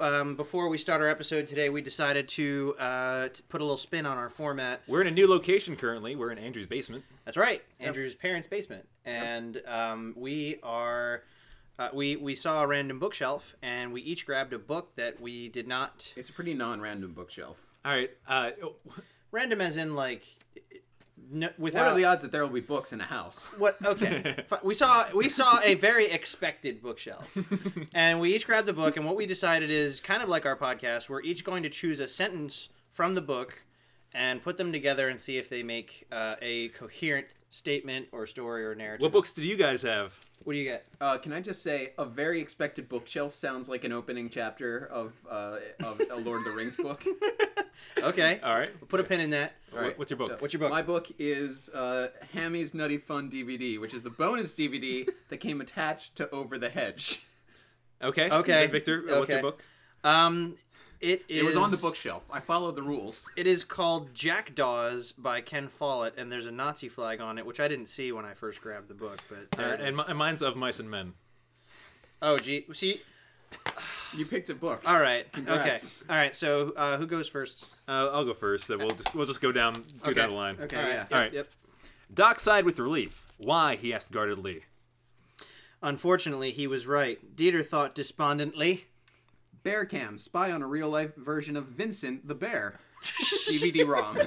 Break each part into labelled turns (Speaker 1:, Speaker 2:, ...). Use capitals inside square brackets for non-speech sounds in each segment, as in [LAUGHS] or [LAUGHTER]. Speaker 1: um, before we start our episode today, we decided to, uh, to put a little spin on our format.
Speaker 2: We're in a new location currently. We're in Andrew's basement.
Speaker 1: That's right, Andrew's parents' basement, and um, we are. Uh, we we saw a random bookshelf, and we each grabbed a book that we did not
Speaker 3: It's a pretty non-random bookshelf.
Speaker 2: All right. Uh, oh,
Speaker 1: random, as in like, no,
Speaker 3: What
Speaker 1: without
Speaker 3: are the odds that there will be books in a house?
Speaker 1: What? Okay,
Speaker 3: [LAUGHS]
Speaker 1: Fi- we saw we saw a very expected bookshelf, and we each grabbed a book. And what we decided is kind of like our podcast. We're each going to choose a sentence from the book and put them together and see if they make uh, a coherent statement or story or narrative.
Speaker 2: what books did you guys have?
Speaker 1: What do you get?
Speaker 3: Uh, can I just say, a very expected bookshelf sounds like an opening chapter of uh, of a Lord of the
Speaker 1: [LAUGHS]
Speaker 3: Rings book.
Speaker 1: Okay,
Speaker 2: All right.
Speaker 1: put a pin in that.
Speaker 3: All right,
Speaker 2: what's your book?
Speaker 1: Uh, What's your book?
Speaker 3: My book is uh, Hammy's Nutty Fun DVD, which is the bonus DVD that came attached to Over the Hedge.
Speaker 2: Okay.
Speaker 1: Okay.
Speaker 2: Victor, uh, what's
Speaker 1: Okay.
Speaker 2: your book?
Speaker 1: Um, it is.
Speaker 3: It was on the bookshelf. I followed the rules.
Speaker 1: It is called Jackdaws by Ken Follett, and there's a Nazi flag on it, which I didn't see when I first grabbed the book. But
Speaker 2: All
Speaker 1: there
Speaker 3: Uh,
Speaker 2: right,
Speaker 1: it is.
Speaker 2: Uh, and, mi- and mine's of mice and men.
Speaker 1: oh, gee, see,
Speaker 3: You picked a book.
Speaker 1: All right.
Speaker 3: Congrats.
Speaker 1: Okay. All right. So uh, who goes first?
Speaker 2: Uh, I'll go first. So we'll just we'll just go down go
Speaker 1: Okay.
Speaker 2: down the line.
Speaker 3: Okay.
Speaker 1: All right.
Speaker 3: yeah.
Speaker 1: Yep,
Speaker 2: All right.
Speaker 1: Yep.
Speaker 2: Doc sighed with relief. Why? He asked guardedly.
Speaker 1: Unfortunately, he was right. Dieter thought [LAUGHS] despondently.
Speaker 3: Bear Cam, spy on a real life version of Vincent
Speaker 1: [LAUGHS]
Speaker 3: the Bear. DVD ROM.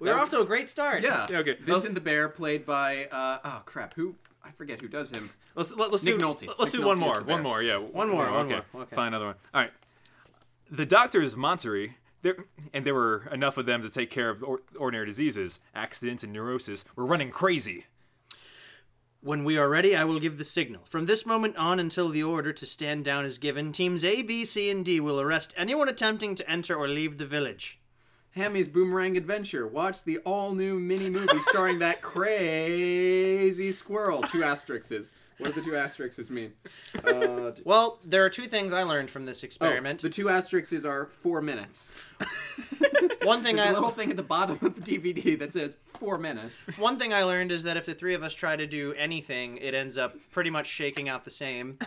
Speaker 1: We were off to a great start.
Speaker 3: Yeah.
Speaker 2: Yeah, okay.
Speaker 3: Vincent the Bear, played by uh, oh crap, who I forget who does him.
Speaker 2: Let's let, let's
Speaker 3: Nick
Speaker 2: do
Speaker 3: Nolte.
Speaker 2: let's
Speaker 3: Nick
Speaker 2: do one
Speaker 3: Nolte is
Speaker 2: more.
Speaker 3: the bear.
Speaker 2: One more. Yeah. One
Speaker 1: more, one
Speaker 2: okay.
Speaker 1: more, okay.
Speaker 2: Find another one. All right. The doctors Monterey there and there were enough of them to take care of or, ordinary diseases, accidents and neurosis. Were running crazy.
Speaker 1: When we are ready, I will give the signal. From this moment on until the order to stand down is given, teams A, B, C, and D will arrest anyone attempting to enter or leave the village.
Speaker 3: Hammy's Boomerang Adventure. Watch the all new mini movie starring that crazy squirrel. Two asterisks. What do the two asterisks mean? Uh, d-
Speaker 1: Well, there are two things I learned from this
Speaker 3: oh,
Speaker 1: experiment.
Speaker 3: the two asterisks are four minutes.
Speaker 1: one thing
Speaker 3: There's
Speaker 1: I
Speaker 3: a little thing at the bottom of the DVD that says four minutes.
Speaker 1: one thing I learned is that if the three of us try to do anything, it ends up pretty much shaking out the same.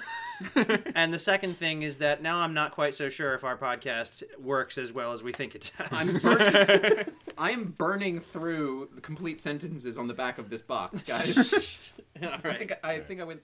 Speaker 1: and the second thing is that now I'm not quite so sure if our podcast works as well as we think it does. [LAUGHS]
Speaker 3: I'm burning, I am burning through the complete sentences on the back of this box, guys.
Speaker 1: All
Speaker 3: I think I, think I went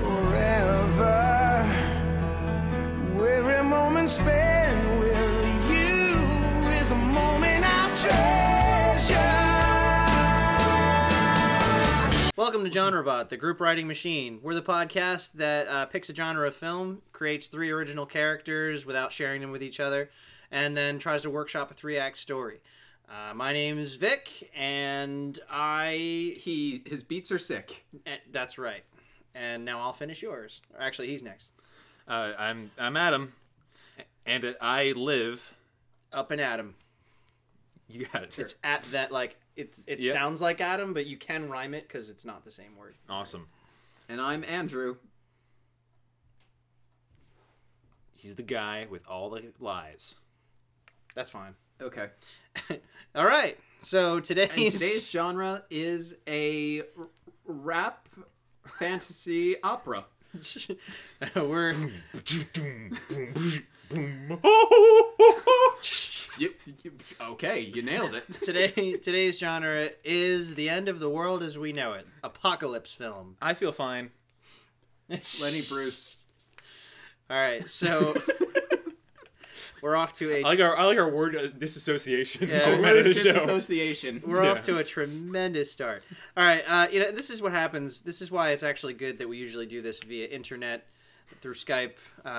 Speaker 4: forever. Every moment spent with you is a moment I treasure.
Speaker 1: Welcome to GenreBot, the group writing machine. We're the podcast that uh, picks a genre of film, creates three original characters without sharing them with each other, and then tries to workshop a three act story. Uh, my name's Vic, and I.
Speaker 3: He his beats are sick.
Speaker 1: eh, That's right. And now I'll finish yours. Or Actually, he's next.
Speaker 2: Uh, I'm I'm Adam, and uh, I live.
Speaker 1: Up and Adam.
Speaker 2: You got it.
Speaker 1: It's at that like it's it
Speaker 2: Yep.
Speaker 1: sounds like Adam, but you can rhyme it because it's not the same word.
Speaker 2: Awesome.
Speaker 3: And I'm Andrew.
Speaker 2: He's the guy with all the lies.
Speaker 1: That's fine.
Speaker 3: [LAUGHS] Okay.
Speaker 1: All right. So today's,
Speaker 3: And today's genre is a r- rap fantasy opera.
Speaker 1: [LAUGHS] we're
Speaker 3: You, you- okay, you nailed it.
Speaker 1: today today's genre is the end of the world as we know it apocalypse film
Speaker 2: I feel fine.
Speaker 3: Lenny [LAUGHS] Bruce.
Speaker 1: all right so we're off to a
Speaker 2: I like our I like our word uh, disassociation.
Speaker 1: Yeah,
Speaker 2: [LAUGHS] format
Speaker 1: word
Speaker 2: of the show.
Speaker 3: Disassociation.
Speaker 1: we're
Speaker 2: Yeah.
Speaker 1: off to a tremendous start all right uh, you know this is what happens this is why it's actually good that we usually do this via internet through skype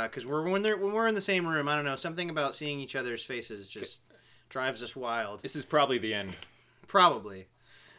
Speaker 1: because we're when, they're, when we're in the same room i don't know something about seeing each other's faces just drives us wild
Speaker 2: This is probably the end.
Speaker 1: probably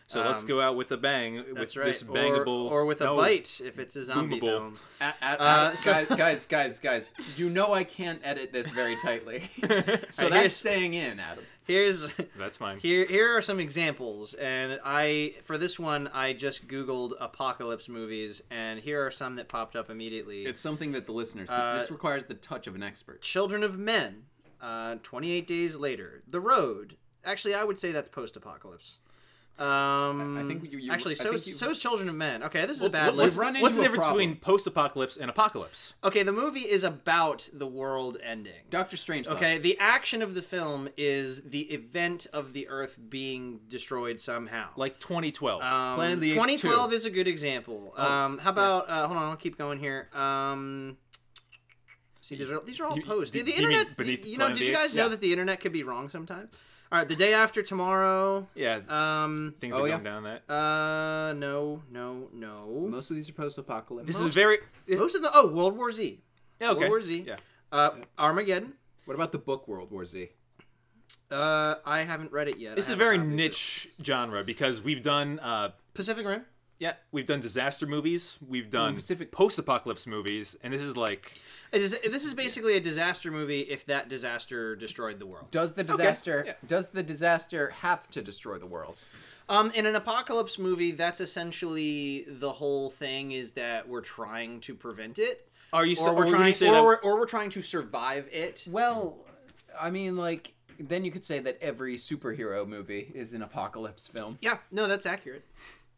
Speaker 2: So let's
Speaker 1: Um,
Speaker 2: go out with a bang with
Speaker 1: That's right.
Speaker 2: this
Speaker 1: Or-
Speaker 2: bangable Oh,
Speaker 1: or, with a
Speaker 2: no,
Speaker 1: bite if it's a zombie
Speaker 2: boomable.
Speaker 1: film.
Speaker 3: At, at,
Speaker 1: Uh,
Speaker 3: at-
Speaker 1: so-
Speaker 3: guys, guys, guys, guys, you know I can't edit this very [LAUGHS] tightly. so
Speaker 1: here's-
Speaker 3: that's staying in, Adam.
Speaker 1: Here's
Speaker 2: That's fine.
Speaker 1: [LAUGHS] Here, here are some examples, and I for this one I just Googled apocalypse movies, and here are some that popped up immediately.
Speaker 3: It's something that the listeners, this requires the touch of an expert.
Speaker 1: Children of Men, uh, 28 Days Later, The Road. Actually, I would say that's post-apocalypse. Um,
Speaker 3: I- I think you- you-
Speaker 1: actually,
Speaker 3: I
Speaker 1: so
Speaker 3: think
Speaker 1: is,
Speaker 3: you-
Speaker 1: so is Children of Men. Okay, this is a bad
Speaker 2: What- What's,
Speaker 1: list.
Speaker 3: We've run
Speaker 2: what's the
Speaker 3: into a
Speaker 2: difference
Speaker 3: problem.
Speaker 2: between post-apocalypse and apocalypse?
Speaker 1: Okay, the movie is about the world ending.
Speaker 3: Doctor Strange.
Speaker 1: Okay, the action of the film is the event of the Earth being destroyed somehow.
Speaker 2: Like 2012.
Speaker 1: Um,
Speaker 3: Planet of the Apes
Speaker 1: 2012
Speaker 3: two.
Speaker 1: is a good example.
Speaker 2: Oh,
Speaker 1: um, how about uh, hold on, I'll keep going here. Um, see, these are these are all
Speaker 2: You-
Speaker 1: posts. The,
Speaker 2: you mean
Speaker 1: internet,
Speaker 2: beneath
Speaker 1: you know,
Speaker 2: Planet
Speaker 1: did you
Speaker 2: of the
Speaker 1: guys
Speaker 2: Apes?
Speaker 1: know
Speaker 2: Yeah.
Speaker 1: that the internet could be wrong sometimes? All right, the day after tomorrow.
Speaker 2: yeah,
Speaker 1: Um,
Speaker 2: things
Speaker 3: oh,
Speaker 2: are going
Speaker 3: yeah.
Speaker 2: down that.
Speaker 1: uh, no, no, no.
Speaker 3: Most of these are post-apocalyptic.
Speaker 2: this is very it-
Speaker 1: Most of the oh, World War Z,
Speaker 2: yeah, okay.
Speaker 1: World War Z.
Speaker 2: Yeah.
Speaker 1: uh, Armageddon.
Speaker 3: What about the book World War Z?
Speaker 1: Uh, I haven't read it yet.
Speaker 2: This is a very niche genre because we've done uh,
Speaker 1: Pacific Rim.
Speaker 2: yeah, we've done disaster movies, we've done
Speaker 3: Pacific-
Speaker 2: post-apocalypse movies, and this is like
Speaker 1: It is, this is basically a disaster movie if that disaster destroyed the world.
Speaker 3: Does the disaster
Speaker 2: Yeah.
Speaker 3: does the disaster have to destroy the world?
Speaker 1: Um, in an apocalypse movie, that's essentially the whole thing is that we're trying to prevent it,
Speaker 2: are you
Speaker 1: or
Speaker 2: or
Speaker 1: we're
Speaker 2: when you
Speaker 1: trying,
Speaker 2: say
Speaker 1: or,
Speaker 2: that-
Speaker 1: we're, or we're trying to survive it.
Speaker 3: Well, I mean, like then you could say that every superhero movie is an apocalypse film.
Speaker 1: Yeah, no, that's accurate.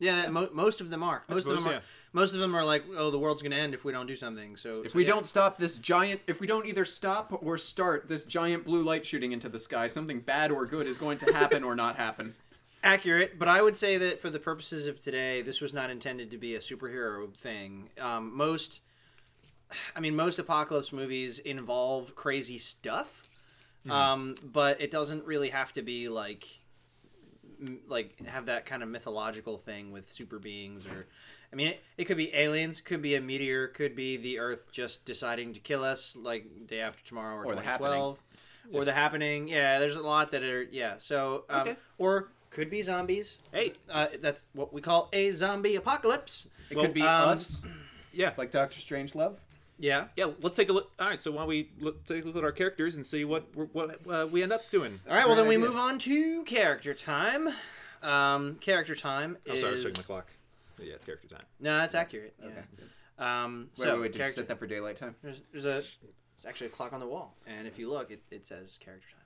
Speaker 1: Yeah, that, mo- most of them are. Most of
Speaker 2: suppose,
Speaker 1: them are.
Speaker 2: yeah.
Speaker 1: Most of them are like, oh, the world's gonna end if we don't do something. So
Speaker 3: If we don't stop this giant, if we don't either stop or start this giant blue light shooting into the sky, something bad or good is going to happen or not happen.
Speaker 1: accurate, but I would say that for the purposes of today, this was not intended to be a superhero thing. Um, most, I mean, most apocalypse movies involve crazy stuff,
Speaker 3: Hmm.
Speaker 1: um, but it doesn't really have to be like, m- like have that kind of mythological thing with super beings or. I mean, it, it could be aliens, could be a meteor, could be the Earth just deciding to kill us, like day after tomorrow or,
Speaker 3: Or The Happening.
Speaker 1: 2012, or the happening. Yeah, there's a lot that are yeah. So um,
Speaker 3: Okay.
Speaker 1: or could be zombies.
Speaker 2: Hey.
Speaker 1: uh, that's what we call a zombie apocalypse.
Speaker 3: It
Speaker 2: Well,
Speaker 3: could be
Speaker 1: um,
Speaker 3: us,
Speaker 2: yeah.
Speaker 3: like Doctor Strangelove.
Speaker 1: Yeah.
Speaker 2: yeah, let's take a look. All right, so why don't we look, take a look at our characters and see what we're- what uh, we end up doing?
Speaker 1: All right. Well,
Speaker 3: great
Speaker 1: then we
Speaker 3: idea.
Speaker 1: move on to character time. Um, character time
Speaker 2: I'm
Speaker 1: is
Speaker 2: sorry, I was checking my clock. Yeah, it's character time.
Speaker 1: no, that's accurate. Yeah. Um,
Speaker 3: Wait,
Speaker 1: so
Speaker 3: wait, wait, did you
Speaker 1: character-
Speaker 3: set that for daylight time?
Speaker 1: there's, there's a there's actually a clock on the wall, and if you look, it, it says character time.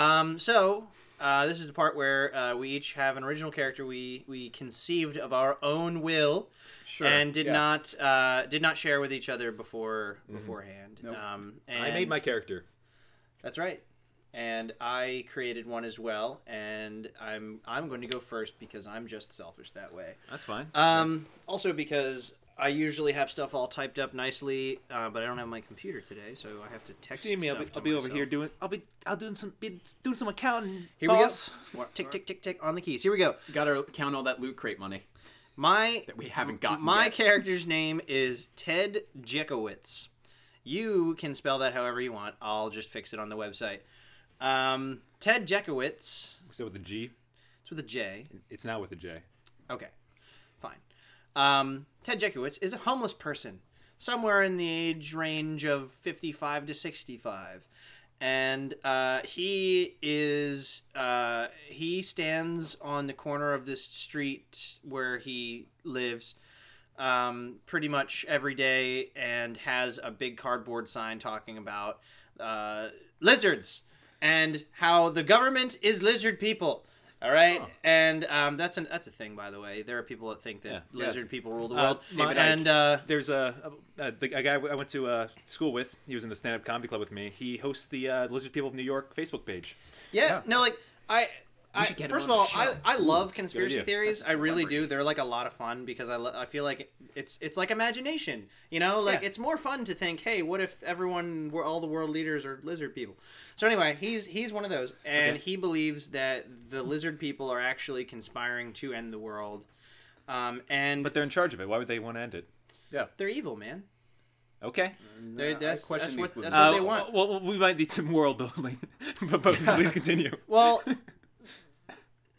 Speaker 1: Um, so uh, this is the part where uh, we each have an original character we we conceived of our own will,
Speaker 3: Sure,
Speaker 1: and did
Speaker 3: yeah.
Speaker 1: not uh, did not share with each other before beforehand. Um, and
Speaker 2: Mm-hmm. I made my character.
Speaker 1: That's right. And I created one as well, and I'm I'm going to go first because I'm just selfish that way.
Speaker 2: That's fine.
Speaker 1: Um, also because I usually have stuff all typed up nicely, uh, but I don't have my computer today, so I have to text
Speaker 2: See me, I'll
Speaker 1: stuff
Speaker 2: be,
Speaker 1: to
Speaker 2: I'll be over
Speaker 1: myself.
Speaker 2: here doing. I'll be. I'll doing some. Be doing some accounting.
Speaker 1: Here
Speaker 2: boss.
Speaker 1: we go. Tick tick tick tick on the keys. Here we go.
Speaker 3: Gotta count all that loot crate money
Speaker 1: My
Speaker 3: that we haven't gotten.
Speaker 1: my
Speaker 3: yet.
Speaker 1: character's name is Ted Jekowitz. You can spell that however you want. I'll just fix it on the website. Um, Ted Jekowitz.
Speaker 2: So with the G,
Speaker 1: It's with a J.
Speaker 2: it's now with the J.
Speaker 1: Okay, fine. Um, Ted Jekowitz is a homeless person somewhere in the age range of 55 to 65. And uh, he is, uh, he stands on the corner of this street where he lives um, pretty much every day and has a big cardboard sign talking about uh, lizards and how the government is lizard people. All right, and um, that's an that's a thing, by the way. There are people that think that lizard people rule the world.
Speaker 2: David Icke.
Speaker 1: and uh,
Speaker 2: There's a a, the a guy I went to uh, school with. He was in the stand-up comedy club with me. He hosts the uh, Lizard People of New York Facebook page.
Speaker 1: Yeah, no, like I. I,
Speaker 3: should get him
Speaker 1: first of
Speaker 3: on the
Speaker 1: all, I,
Speaker 3: show.
Speaker 1: I love conspiracy
Speaker 2: idea.
Speaker 1: theories. I really do. They're like a lot of fun because I, lo- I feel like it's it's like imagination. You know, like
Speaker 2: Yeah.
Speaker 1: it's more fun to think, hey, what if everyone, were all the world leaders are lizard people? So anyway, he's he's one of those, and he believes that the lizard people are actually conspiring to end the world. Um, and
Speaker 2: But they're in charge of it. Why would they want to end it?
Speaker 1: they're evil, man.
Speaker 2: Okay.
Speaker 1: They're, that's
Speaker 3: question
Speaker 1: that's
Speaker 3: these
Speaker 1: what,
Speaker 3: beliefs.
Speaker 1: that's what
Speaker 2: Uh,
Speaker 1: they want.
Speaker 2: [LAUGHS] Well, we might need some world building, but, but please continue.
Speaker 1: Well,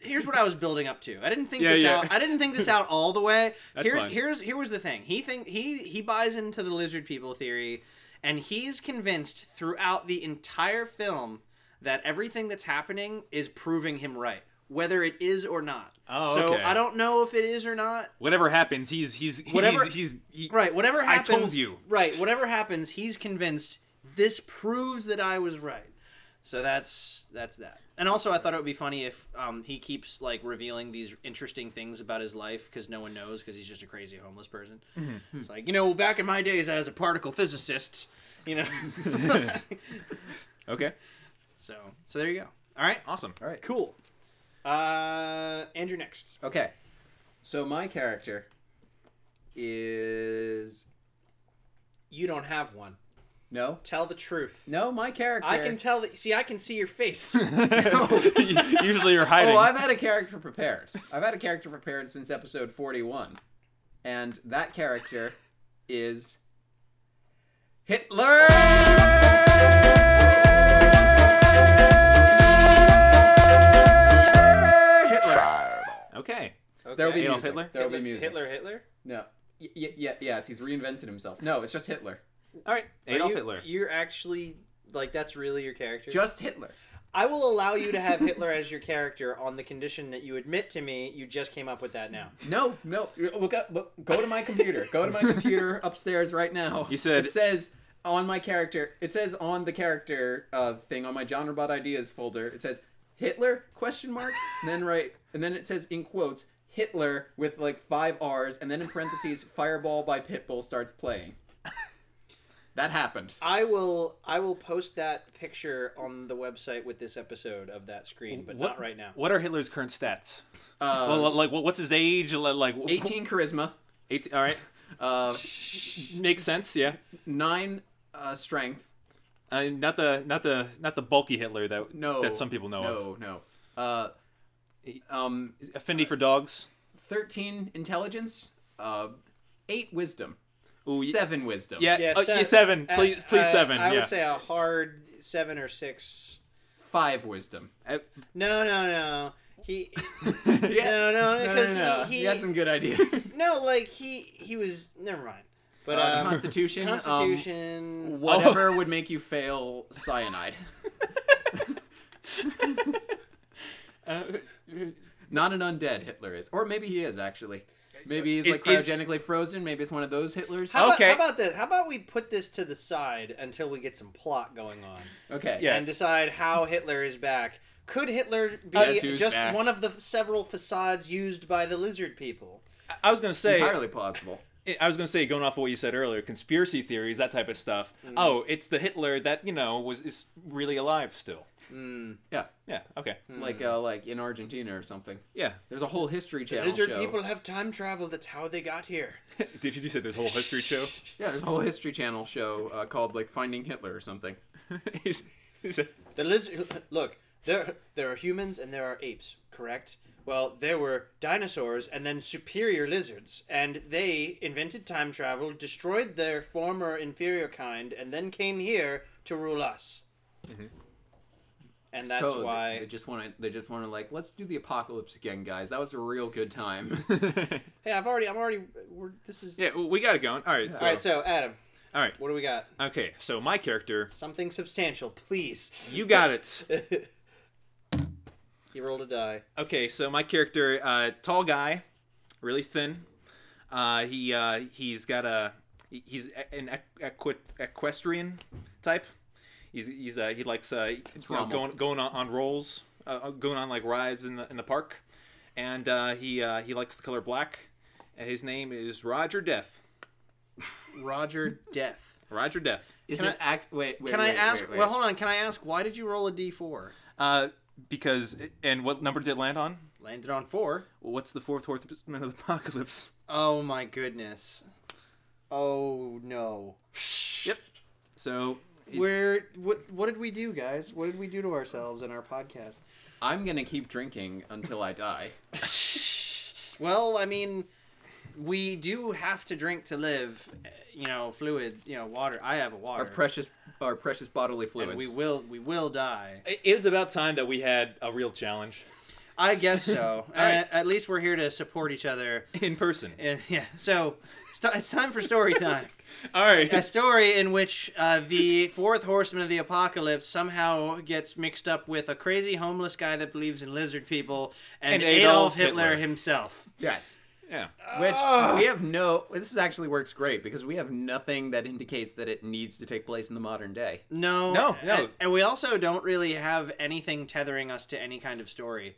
Speaker 1: here's what I was building up to. I didn't think
Speaker 2: Yeah,
Speaker 1: this
Speaker 2: yeah.
Speaker 1: out. I didn't think this out
Speaker 2: [LAUGHS]
Speaker 1: all the way.
Speaker 2: That's
Speaker 1: here's
Speaker 2: fine.
Speaker 1: here's here was the thing. He think he he buys into the lizard people theory, and he's convinced throughout the entire film that everything that's happening is proving him right, whether it is or not.
Speaker 2: Oh,
Speaker 1: so
Speaker 2: okay.
Speaker 1: I don't know if it is or not.
Speaker 2: Whatever happens, he's he's
Speaker 1: Whatever-
Speaker 2: he's, he's he,
Speaker 1: Right. Whatever
Speaker 2: I
Speaker 1: happens.
Speaker 2: told you.
Speaker 1: Right. Whatever happens, he's convinced this proves that I was right. So that's that's that. And also, I thought it would be funny if um, he keeps like revealing these interesting things about his life because no one knows because he's just a crazy homeless person.
Speaker 2: Mm-hmm.
Speaker 1: It's like you know, back in my days as a particle physicist, you
Speaker 2: [LAUGHS]
Speaker 1: know.
Speaker 2: Okay,
Speaker 1: so so there you go. All right. [LAUGHS]
Speaker 2: awesome. [LAUGHS]
Speaker 3: All right.
Speaker 1: Cool. Uh, Andrew next.
Speaker 3: Okay. So my character is
Speaker 1: You don't have one.
Speaker 3: no,
Speaker 1: Tell the truth.
Speaker 3: no. My character.
Speaker 1: I can tell that. See, I can see your
Speaker 2: [LAUGHS]
Speaker 1: face.
Speaker 2: Usually you're hiding.
Speaker 3: Oh, I've had a character prepared. I've had a character prepared since episode 41. And that character is Hitler! Hitler.
Speaker 2: okay.
Speaker 3: There'll be
Speaker 2: Adolf
Speaker 3: music.
Speaker 2: Hitler?
Speaker 3: There'll be music.
Speaker 1: Hitler, Hitler.
Speaker 3: No. Y- y- y- yes, he's reinvented himself. No, it's just Hitler.
Speaker 2: All right.
Speaker 1: Are
Speaker 2: Adolf
Speaker 1: you,
Speaker 2: Hitler.
Speaker 1: You're actually like that's really your character.
Speaker 3: Just Hitler.
Speaker 1: I will allow you to have Hitler as your character on the condition that you admit to me you just came up with that now.
Speaker 3: No, no. Look up. Look, go to my computer. Go to
Speaker 2: [LAUGHS]
Speaker 3: my computer upstairs right now.
Speaker 2: You said-
Speaker 3: it says on my character. It says on the character uh, thing on my genrebot ideas folder. It says Hitler question mark. And then right. And then it says in quotes Hitler with like five R's. And then in parentheses Fireball by Pitbull starts playing. That happened.
Speaker 1: I will I will post that picture on the website with this episode of that screen, but not right now.
Speaker 2: What are Hitler's current stats?
Speaker 3: Uh,
Speaker 2: well, like, what- what's his age? Li- Like, wh-
Speaker 3: Eighteen charisma.
Speaker 2: 18 all right.
Speaker 3: Uh,
Speaker 2: Makes sense. Yeah.
Speaker 3: nine uh, strength.
Speaker 2: Uh, not the not the not the bulky Hitler that
Speaker 3: No.
Speaker 2: that some people know of.
Speaker 3: No. No. Uh, um,
Speaker 2: Affinity for dogs.
Speaker 3: 13 intelligence, uh, 8 wisdom,
Speaker 2: Ooh, y-
Speaker 3: 7 wisdom,
Speaker 2: Yeah. uh,
Speaker 1: se-
Speaker 2: yeah, seven.
Speaker 1: uh,
Speaker 2: Please, please
Speaker 1: uh,
Speaker 2: seven.
Speaker 1: I
Speaker 2: yeah.
Speaker 1: would say a hard seven or six.
Speaker 3: 5 wisdom.
Speaker 2: Uh,
Speaker 1: No, no, no. He no, no,
Speaker 3: No, no,
Speaker 1: because
Speaker 3: no.
Speaker 1: he, he
Speaker 3: you had some good [LAUGHS] ideas.
Speaker 1: no, like he he was never mind. But
Speaker 3: Uh,
Speaker 1: um,
Speaker 3: Constitution, um,
Speaker 1: Constitution.
Speaker 3: whatever would make you fail cyanide. [LAUGHS]
Speaker 2: uh,
Speaker 3: Not an undead Hitler is. Or maybe he is, actually. Maybe he's
Speaker 2: It
Speaker 3: like
Speaker 2: is-
Speaker 3: cryogenically frozen. Maybe it's one of those Hitlers.
Speaker 1: How
Speaker 2: Okay.
Speaker 1: About, how about this? How about we put this to the side until we get some plot going on
Speaker 3: Okay.
Speaker 2: Yeah.
Speaker 1: and decide how Hitler is back? Could Hitler be
Speaker 3: Guess who's
Speaker 1: just
Speaker 3: back?
Speaker 1: one of the several facades used by the lizard people?
Speaker 2: I- I was gonna say.
Speaker 3: Entirely plausible.
Speaker 2: I was gonna say, going off of what you said earlier, conspiracy theories, that type of stuff.
Speaker 1: Mm.
Speaker 2: Oh, it's the Hitler that you know was is really alive still.
Speaker 3: Yeah.
Speaker 2: Yeah. Okay.
Speaker 1: Mm.
Speaker 3: Like uh, like in Argentina or something.
Speaker 2: Yeah.
Speaker 3: There's a whole history channel
Speaker 1: lizard
Speaker 3: show.
Speaker 1: people have time travel. That's how they got here.
Speaker 2: [LAUGHS] Did you say there's a whole history [LAUGHS] show?
Speaker 3: Yeah, there's a whole history channel show uh, called like Finding Hitler or something.
Speaker 2: He's- he said-
Speaker 1: The lizard. Look, there there are humans and there are apes. Correct. Well, there were dinosaurs and then superior lizards, and they invented time travel, destroyed their former inferior kind, and then came here to rule us. And that's
Speaker 3: Mm-hmm. So,
Speaker 1: why.
Speaker 3: they just want to. They just want to like let's do the apocalypse again, guys. That was a real good
Speaker 1: [LAUGHS]
Speaker 3: time.
Speaker 2: [LAUGHS]
Speaker 1: Hey, I've already. I'm already. We're, this is.
Speaker 2: yeah, well, we got it going. All right. So,
Speaker 1: All right, so Adam,
Speaker 2: all right.
Speaker 1: what do we got?
Speaker 2: Okay. So my character,
Speaker 1: Something substantial, please.
Speaker 2: you got it.
Speaker 1: You rolled a die.
Speaker 2: Okay, so my character, uh, tall guy, really thin. Uh, he uh, he's got a he- he's a- an equ- equi- equestrian type. He's he's uh, he likes uh, you know,
Speaker 3: Rommel.
Speaker 2: going going on, on rolls, uh, going on like rides in the in the park, and uh, he uh, he likes the color black. And his name is Roger Death.
Speaker 1: Roger Death.
Speaker 2: Roger Death.
Speaker 3: Is
Speaker 1: Can
Speaker 3: it act? Wait, wait.
Speaker 1: Can I
Speaker 3: wait,
Speaker 1: ask?
Speaker 3: Wait, wait.
Speaker 1: Well, hold on. Can I ask why did you roll a D4?
Speaker 2: Uh, because and what number did it land on?
Speaker 1: Landed on four.
Speaker 2: What's the fourth horseman of the [LAUGHS] apocalypse?
Speaker 1: Oh my goodness. Oh no.
Speaker 2: Yep. So
Speaker 1: Where what what did we do, guys? What did we do to ourselves in our
Speaker 3: [LAUGHS]
Speaker 1: podcast?
Speaker 3: I'm gonna keep drinking until
Speaker 1: [LAUGHS]
Speaker 3: I die.
Speaker 1: Well, I mean, we do have to drink to live, eh, you know, fluid, you know, water. I have a water.
Speaker 3: Our precious, our precious bodily
Speaker 1: and
Speaker 3: fluids.
Speaker 1: we will we will die.
Speaker 2: It was about time that we had a real challenge.
Speaker 1: I guess
Speaker 3: [LAUGHS]
Speaker 1: so. at, at least we're here to support each other.
Speaker 2: in person.
Speaker 1: And, yeah. So st- it's time for story
Speaker 3: [LAUGHS]
Speaker 1: time.
Speaker 2: All right.
Speaker 1: a story in which uh, the fourth horseman of the apocalypse somehow gets mixed up with a crazy homeless guy that believes in lizard people and,
Speaker 2: And Adolf
Speaker 1: Adolf, Hitler,
Speaker 2: Hitler.
Speaker 1: himself.
Speaker 3: Yes.
Speaker 2: [LAUGHS] Yeah.
Speaker 1: Ah.
Speaker 3: Which we have no. This is actually works great because we have nothing that indicates that it needs to take place in the modern day.
Speaker 1: No,
Speaker 2: No, no.
Speaker 1: and, and we also don't really have anything tethering us to any kind of story.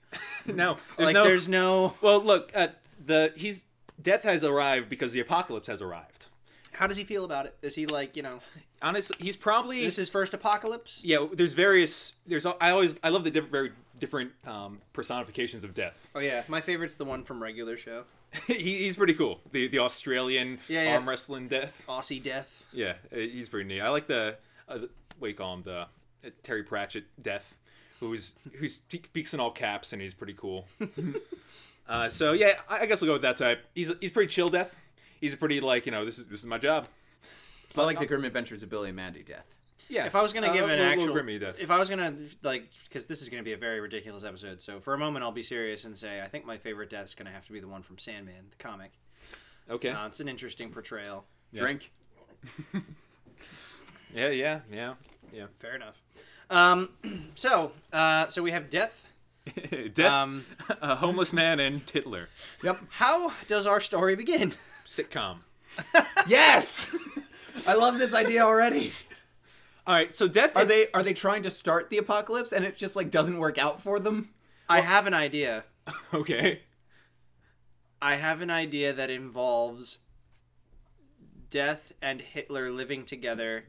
Speaker 2: No. There's
Speaker 1: like,
Speaker 2: no.
Speaker 1: there's no.
Speaker 2: Well, look. Uh, the he's death has arrived because the apocalypse has arrived.
Speaker 1: How does he feel about it? Is he like, you know,
Speaker 2: Honestly, he's probably
Speaker 1: this is first apocalypse?
Speaker 2: yeah. There's various. There's al- I always I love the different very different um, personifications of death. [LAUGHS]
Speaker 1: Oh yeah, my favorite's the one from regular show,
Speaker 2: he, he's pretty cool. The the Australian
Speaker 1: Yeah, yeah.
Speaker 2: arm wrestling death.
Speaker 1: Aussie Death.
Speaker 2: Yeah, uh, he's pretty neat. I like the, uh, the what do you call him the uh, Terry Pratchett death, who's who speaks in all caps and he's pretty cool. uh, so yeah, I, I guess I'll go with that type. He's he's pretty chill death. He's a pretty like you know this is this is my job.
Speaker 3: But like the Grim Adventures of Billy and Mandy death.
Speaker 2: Yeah.
Speaker 1: If I was gonna
Speaker 2: Uh,
Speaker 1: give an
Speaker 2: little- little
Speaker 1: actual,
Speaker 2: Grimmy death.
Speaker 1: if I was gonna like, because this is gonna be a very ridiculous episode, so for a moment I'll be serious and say I think my favorite death's gonna have to be the one from Sandman, the comic.
Speaker 2: okay.
Speaker 1: Uh, it's an interesting portrayal. [LAUGHS]
Speaker 3: Drink.
Speaker 2: yeah, yeah, yeah, [LAUGHS]
Speaker 1: Fair enough. Um, [CLEARS THROAT] so, uh, so we have death.
Speaker 2: yeah. death,
Speaker 1: Um,
Speaker 2: [LAUGHS] a homeless man, and Titler
Speaker 1: how does our story begin? [LAUGHS]
Speaker 2: sitcom.
Speaker 3: Yes. I love this idea already.
Speaker 2: All right, so death.
Speaker 3: Are they are they trying to start the apocalypse and it just like doesn't work out for them?
Speaker 1: I have an idea.
Speaker 2: [LAUGHS] okay?
Speaker 1: I have an idea that involves death and Hitler living together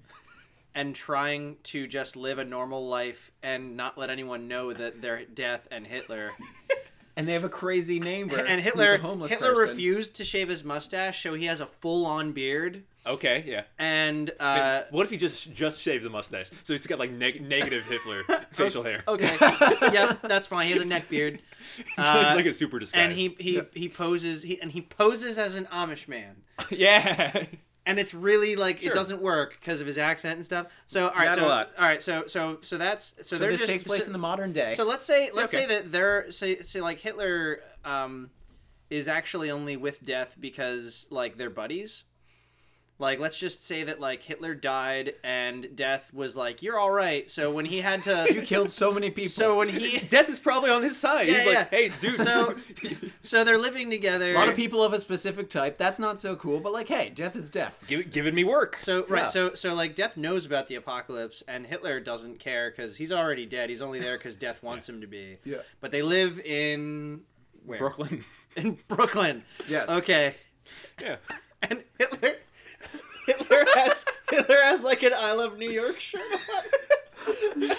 Speaker 1: and trying to just live a normal life and not let anyone know that they're death and Hitler.
Speaker 3: And they have a crazy neighbor
Speaker 1: And
Speaker 3: who's
Speaker 1: Hitler
Speaker 3: a homeless
Speaker 1: Hitler
Speaker 3: person.
Speaker 1: refused to shave his mustache, so he has a full-on beard
Speaker 2: Okay, yeah.
Speaker 1: and uh
Speaker 2: what if he just just shaved the mustache? So he's got like neg- negative
Speaker 1: [LAUGHS]
Speaker 2: Hitler facial hair.
Speaker 1: Okay.
Speaker 3: [LAUGHS]
Speaker 1: yep, that's fine. He has a neck beard,
Speaker 2: [LAUGHS] so it's like a super disguise.
Speaker 1: and he he he poses he and he poses as an Amish man,
Speaker 2: [LAUGHS] yeah.
Speaker 1: and it's really like
Speaker 2: Sure.
Speaker 1: it doesn't work because of his accent and stuff. So all right,
Speaker 2: Not a
Speaker 1: so
Speaker 2: lot.
Speaker 1: all right, so so so that's so,
Speaker 3: So
Speaker 1: they're
Speaker 3: this
Speaker 1: just
Speaker 3: takes place
Speaker 1: so,
Speaker 3: in the modern day.
Speaker 1: so let's say let's
Speaker 2: Okay.
Speaker 1: say that they're say say like Hitler um is actually only with death because like they're buddies. Like let's just say that like Hitler died and death was like you're all right. So when he had to
Speaker 3: [LAUGHS] you killed so many people.
Speaker 1: so when he
Speaker 2: Death is probably on his side.
Speaker 1: Yeah,
Speaker 2: he's like,
Speaker 1: yeah.
Speaker 2: hey, dude.
Speaker 1: So- so they're living together.
Speaker 3: a lot of people of a specific type. That's not so cool, but like hey, death is death.
Speaker 2: [LAUGHS] give, giving me work.
Speaker 1: So right,
Speaker 3: Yeah.
Speaker 1: so so like Death knows about the apocalypse, and Hitler doesn't care because he's already dead. He's only there because Death wants him to be.
Speaker 3: Yeah.
Speaker 1: But they live in where?
Speaker 2: [LAUGHS] Brooklyn.
Speaker 1: In Brooklyn.
Speaker 3: [LAUGHS] Yes.
Speaker 1: Okay.
Speaker 2: [LAUGHS] yeah.
Speaker 1: And Hitler, Hitler has Hitler has like an I love New York shirt. on.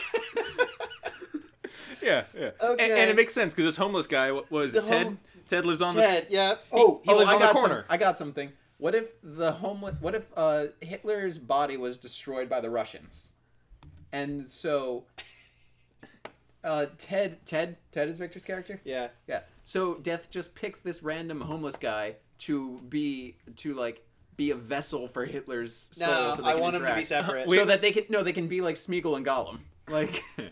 Speaker 2: Yeah. Yeah.
Speaker 1: Okay.
Speaker 2: And, and it makes sense because this homeless guy wa- was it,
Speaker 1: The
Speaker 2: Ted.
Speaker 1: home-
Speaker 2: Ted lives on
Speaker 1: Ted. Yeah.
Speaker 3: Oh,
Speaker 2: he lives
Speaker 3: I
Speaker 2: on the
Speaker 3: got
Speaker 2: corner.
Speaker 3: some- I got something. What if the homeless? What if uh, Hitler's body was destroyed by the Russians, and so uh, Ted, Ted, Ted is Victor's character.
Speaker 1: Yeah.
Speaker 3: Yeah. So Death just picks this random homeless guy to be to like be a vessel for Hitler's soul.
Speaker 1: No,
Speaker 3: so they
Speaker 1: I
Speaker 3: can
Speaker 1: want him to be
Speaker 3: interact. [LAUGHS]
Speaker 1: separate.
Speaker 3: So that they can no, they can be like Smeagol and Gollum. [LAUGHS] Like
Speaker 2: the.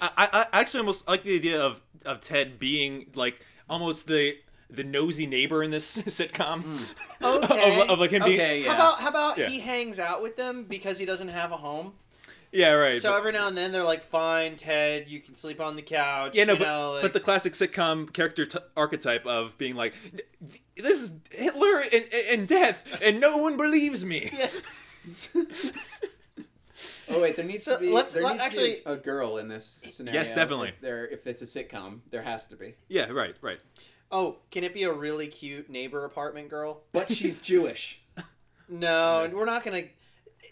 Speaker 2: I, I I actually almost like the idea of of Ted being like almost the the nosy neighbor in this [LAUGHS] sitcom.
Speaker 1: Hmm. Okay.
Speaker 2: of, of like him
Speaker 3: okay,
Speaker 1: How
Speaker 2: being.
Speaker 3: yeah.
Speaker 1: about how about
Speaker 2: Yeah.
Speaker 1: he hangs out with them because he doesn't have a home?
Speaker 2: Yeah. Right.
Speaker 1: So
Speaker 2: but-
Speaker 1: every now and then they're like, "Fine, Ted, you can sleep on the couch."
Speaker 2: Yeah, no,
Speaker 1: you
Speaker 2: but,
Speaker 1: know, like-
Speaker 2: but the classic sitcom character t- archetype of being like, this is Hitler and, and death, and no one believes me.
Speaker 3: Oh wait, there needs
Speaker 1: So,
Speaker 3: to be
Speaker 1: let's-
Speaker 3: there
Speaker 1: let-
Speaker 3: needs
Speaker 1: actually-
Speaker 3: to be a girl in this scenario.
Speaker 2: Yes, definitely.
Speaker 3: If there, if it's a sitcom, there has [LAUGHS] to be.
Speaker 2: Yeah, right, right.
Speaker 1: Oh, can it be a really cute neighbor apartment girl?
Speaker 3: But she's Jewish.
Speaker 1: No, we're not gonna.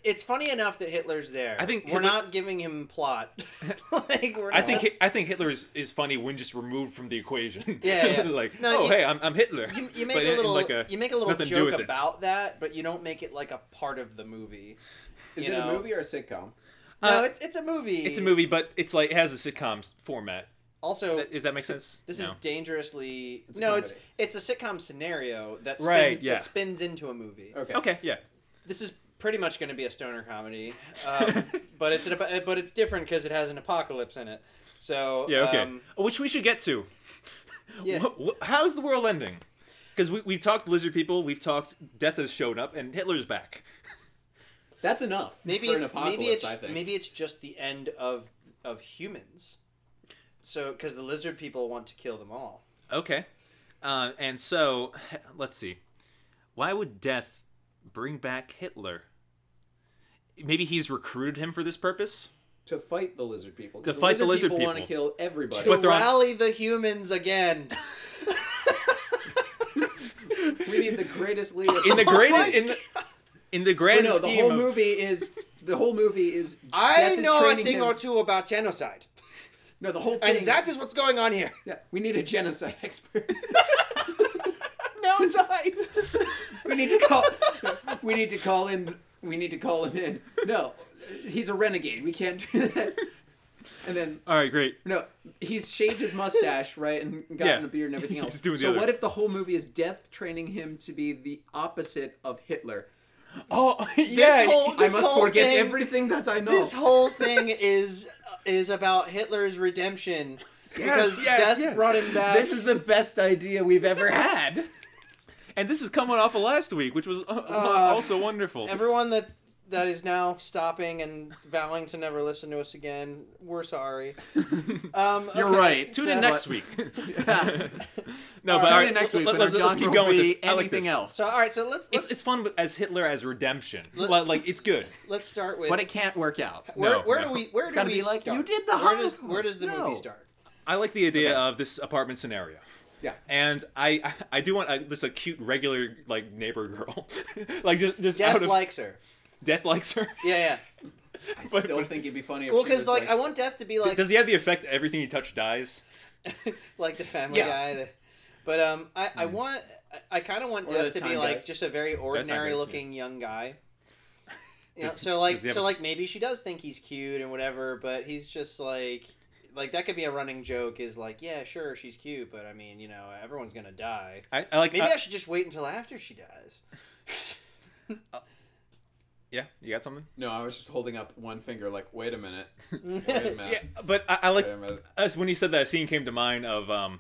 Speaker 1: It's funny enough that Hitler's there.
Speaker 2: I think
Speaker 1: we're
Speaker 2: Hitler-
Speaker 1: not giving him
Speaker 2: [LAUGHS]
Speaker 1: plot. [LAUGHS] like we're. Not...
Speaker 2: I think Hi- I think Hitler is, is funny when just removed from the equation.
Speaker 1: [LAUGHS] Yeah, yeah.
Speaker 2: [LAUGHS] like,
Speaker 1: No,
Speaker 2: oh
Speaker 1: you-
Speaker 2: hey, I'm, I'm Hitler.
Speaker 1: you, you make
Speaker 2: But
Speaker 1: a
Speaker 2: in- in
Speaker 1: little
Speaker 2: like
Speaker 1: you make a little
Speaker 2: nothing to do
Speaker 1: joke
Speaker 2: with it.
Speaker 1: about that, but you don't make it like a part of the movie.
Speaker 3: Is
Speaker 1: You
Speaker 3: it
Speaker 1: know?
Speaker 3: a movie or a sitcom?
Speaker 1: No,
Speaker 2: Uh,
Speaker 1: it's it's a movie.
Speaker 2: It's a movie, but it's like it has a sitcom s- format.
Speaker 1: Also,
Speaker 2: Does that make sense?
Speaker 1: this
Speaker 2: No.
Speaker 1: is dangerously
Speaker 3: a
Speaker 1: no. It's
Speaker 3: comedy.
Speaker 1: it's a sitcom scenario that spins,
Speaker 2: Right, yeah.
Speaker 1: that spins into a movie.
Speaker 3: Okay.
Speaker 2: okay. Yeah.
Speaker 1: This is pretty much going to be a stoner
Speaker 2: [LAUGHS]
Speaker 1: comedy, um, but it's an, ap- but it's different because it has an apocalypse in it. So
Speaker 2: Yeah, okay.
Speaker 1: um,
Speaker 2: Which we should get to.
Speaker 1: Yeah.
Speaker 2: [LAUGHS] Wh- wh- how's the world ending? Because we, we've talked lizard people, we've talked death has shown up, and Hitler's back.
Speaker 3: That's enough.
Speaker 1: maybe
Speaker 3: for an
Speaker 1: it's
Speaker 3: apocalypse,
Speaker 1: maybe it's
Speaker 3: I think.
Speaker 1: maybe it's just the end of of humans. So because the lizard people want to kill them all.
Speaker 2: Okay. Uh, and so, [LAUGHS] let's see. Why would death bring back Hitler? Maybe he's recruited him for this purpose?
Speaker 3: to fight the lizard people.
Speaker 2: To fight the lizard
Speaker 3: want to
Speaker 2: people.
Speaker 3: kill everybody.
Speaker 2: But
Speaker 1: to
Speaker 2: they're on-
Speaker 1: rally the humans again.
Speaker 3: we need the greatest leader
Speaker 2: In the
Speaker 3: [LAUGHS] Oh
Speaker 2: great
Speaker 3: my
Speaker 2: in the, in the
Speaker 3: Wait,
Speaker 2: grand
Speaker 3: no, the
Speaker 2: scheme
Speaker 3: whole
Speaker 2: of
Speaker 3: movie is the whole movie is.
Speaker 1: [LAUGHS] I
Speaker 3: Death is
Speaker 1: know a
Speaker 3: training
Speaker 1: thing
Speaker 3: him-
Speaker 1: or two about genocide,
Speaker 3: No, the whole thing.
Speaker 1: and that is what's going on here.
Speaker 3: Yeah, we need a genocide [LAUGHS] expert. no, it's a heist. [LAUGHS] we need to call. We need to call in. We need to call him in. No, he's a renegade. We can't do that. And then
Speaker 2: All right, great.
Speaker 3: no, he's shaved his mustache, right, and gotten
Speaker 2: Yeah.
Speaker 3: a beard and everything
Speaker 2: [LAUGHS]
Speaker 3: else.
Speaker 2: He's doing the
Speaker 3: so
Speaker 2: other-
Speaker 3: what if the whole movie is death training him to be the opposite of Hitler? [LAUGHS]
Speaker 2: Oh,
Speaker 1: yeah, whole-
Speaker 2: yeah.
Speaker 1: This
Speaker 3: I must
Speaker 1: whole
Speaker 3: forget
Speaker 1: thing-
Speaker 3: everything that I know.
Speaker 1: This whole thing is uh, is about Hitler's redemption because
Speaker 2: yes,
Speaker 1: death
Speaker 2: yes.
Speaker 1: brought him back.
Speaker 3: This is the best idea we've ever had.
Speaker 2: And this is coming off of last week, which was uh, also wonderful.
Speaker 1: everyone that that is now stopping and vowing to never listen to us again. We're sorry. Um,
Speaker 3: You're
Speaker 1: okay,
Speaker 3: right.
Speaker 2: Tune
Speaker 1: so-
Speaker 2: in next week.
Speaker 3: [LAUGHS]
Speaker 2: [LAUGHS]
Speaker 3: Yeah.
Speaker 2: No, but
Speaker 3: Tune
Speaker 2: all
Speaker 3: in
Speaker 2: right,
Speaker 3: next
Speaker 2: let-
Speaker 3: week
Speaker 2: let-
Speaker 3: when our
Speaker 2: let's-
Speaker 3: John
Speaker 2: let's keep going with
Speaker 3: be
Speaker 2: this. I like
Speaker 3: anything
Speaker 2: this.
Speaker 3: else.
Speaker 1: So all right, so let's let's,
Speaker 2: It's, it's fun with- as Hitler as redemption.
Speaker 1: Let-
Speaker 2: Like, like, it's good.
Speaker 1: let's start with
Speaker 3: But it can't work out.
Speaker 1: where,
Speaker 2: No,
Speaker 1: where
Speaker 2: no.
Speaker 1: do we where do
Speaker 3: gotta
Speaker 1: we
Speaker 3: be like,
Speaker 1: start?
Speaker 3: "You did the
Speaker 1: where does, where
Speaker 3: Holocaust."
Speaker 1: does the movie
Speaker 3: No.
Speaker 1: start?
Speaker 2: I like the idea of this apartment scenario.
Speaker 3: Yeah.
Speaker 2: And I, I, I do want uh this a cute regular like neighbor girl, [LAUGHS] like just, just
Speaker 1: Death
Speaker 2: out of
Speaker 1: likes her.
Speaker 2: death likes her.
Speaker 1: Yeah, yeah.
Speaker 3: I
Speaker 2: [LAUGHS] But-
Speaker 3: still
Speaker 2: but-
Speaker 3: think it'd be funny if
Speaker 1: Well,
Speaker 3: she
Speaker 1: because
Speaker 3: was
Speaker 1: like, I want Death to be like
Speaker 2: Does he have the effect that everything he touched dies?
Speaker 1: [LAUGHS] like the Family
Speaker 3: Yeah.
Speaker 1: Guy. the- But um, I, I want I- I kind of want
Speaker 3: Hmm. Or the
Speaker 1: Death to be
Speaker 3: Time
Speaker 1: like
Speaker 3: Guys.
Speaker 1: just a very ordinary
Speaker 2: Guys,
Speaker 1: looking young
Speaker 3: [LAUGHS]
Speaker 1: guy. You know, so like
Speaker 2: does he have
Speaker 1: so
Speaker 2: a-
Speaker 1: like maybe she does think he's cute and whatever, but he's just like like that could be a running joke is like yeah sure she's cute but I mean you know everyone's gonna die.
Speaker 2: I, I like. uh,
Speaker 1: Maybe
Speaker 3: Uh,
Speaker 2: I-
Speaker 1: I should just wait until after she dies.
Speaker 2: yeah, you got something.
Speaker 3: No, I was just holding up one finger, like, wait a [LAUGHS] minute, wait a minute,
Speaker 2: Yeah, but I, I like
Speaker 3: wait
Speaker 1: Um,
Speaker 3: a minute.
Speaker 2: us when he said that a scene came to mind of um,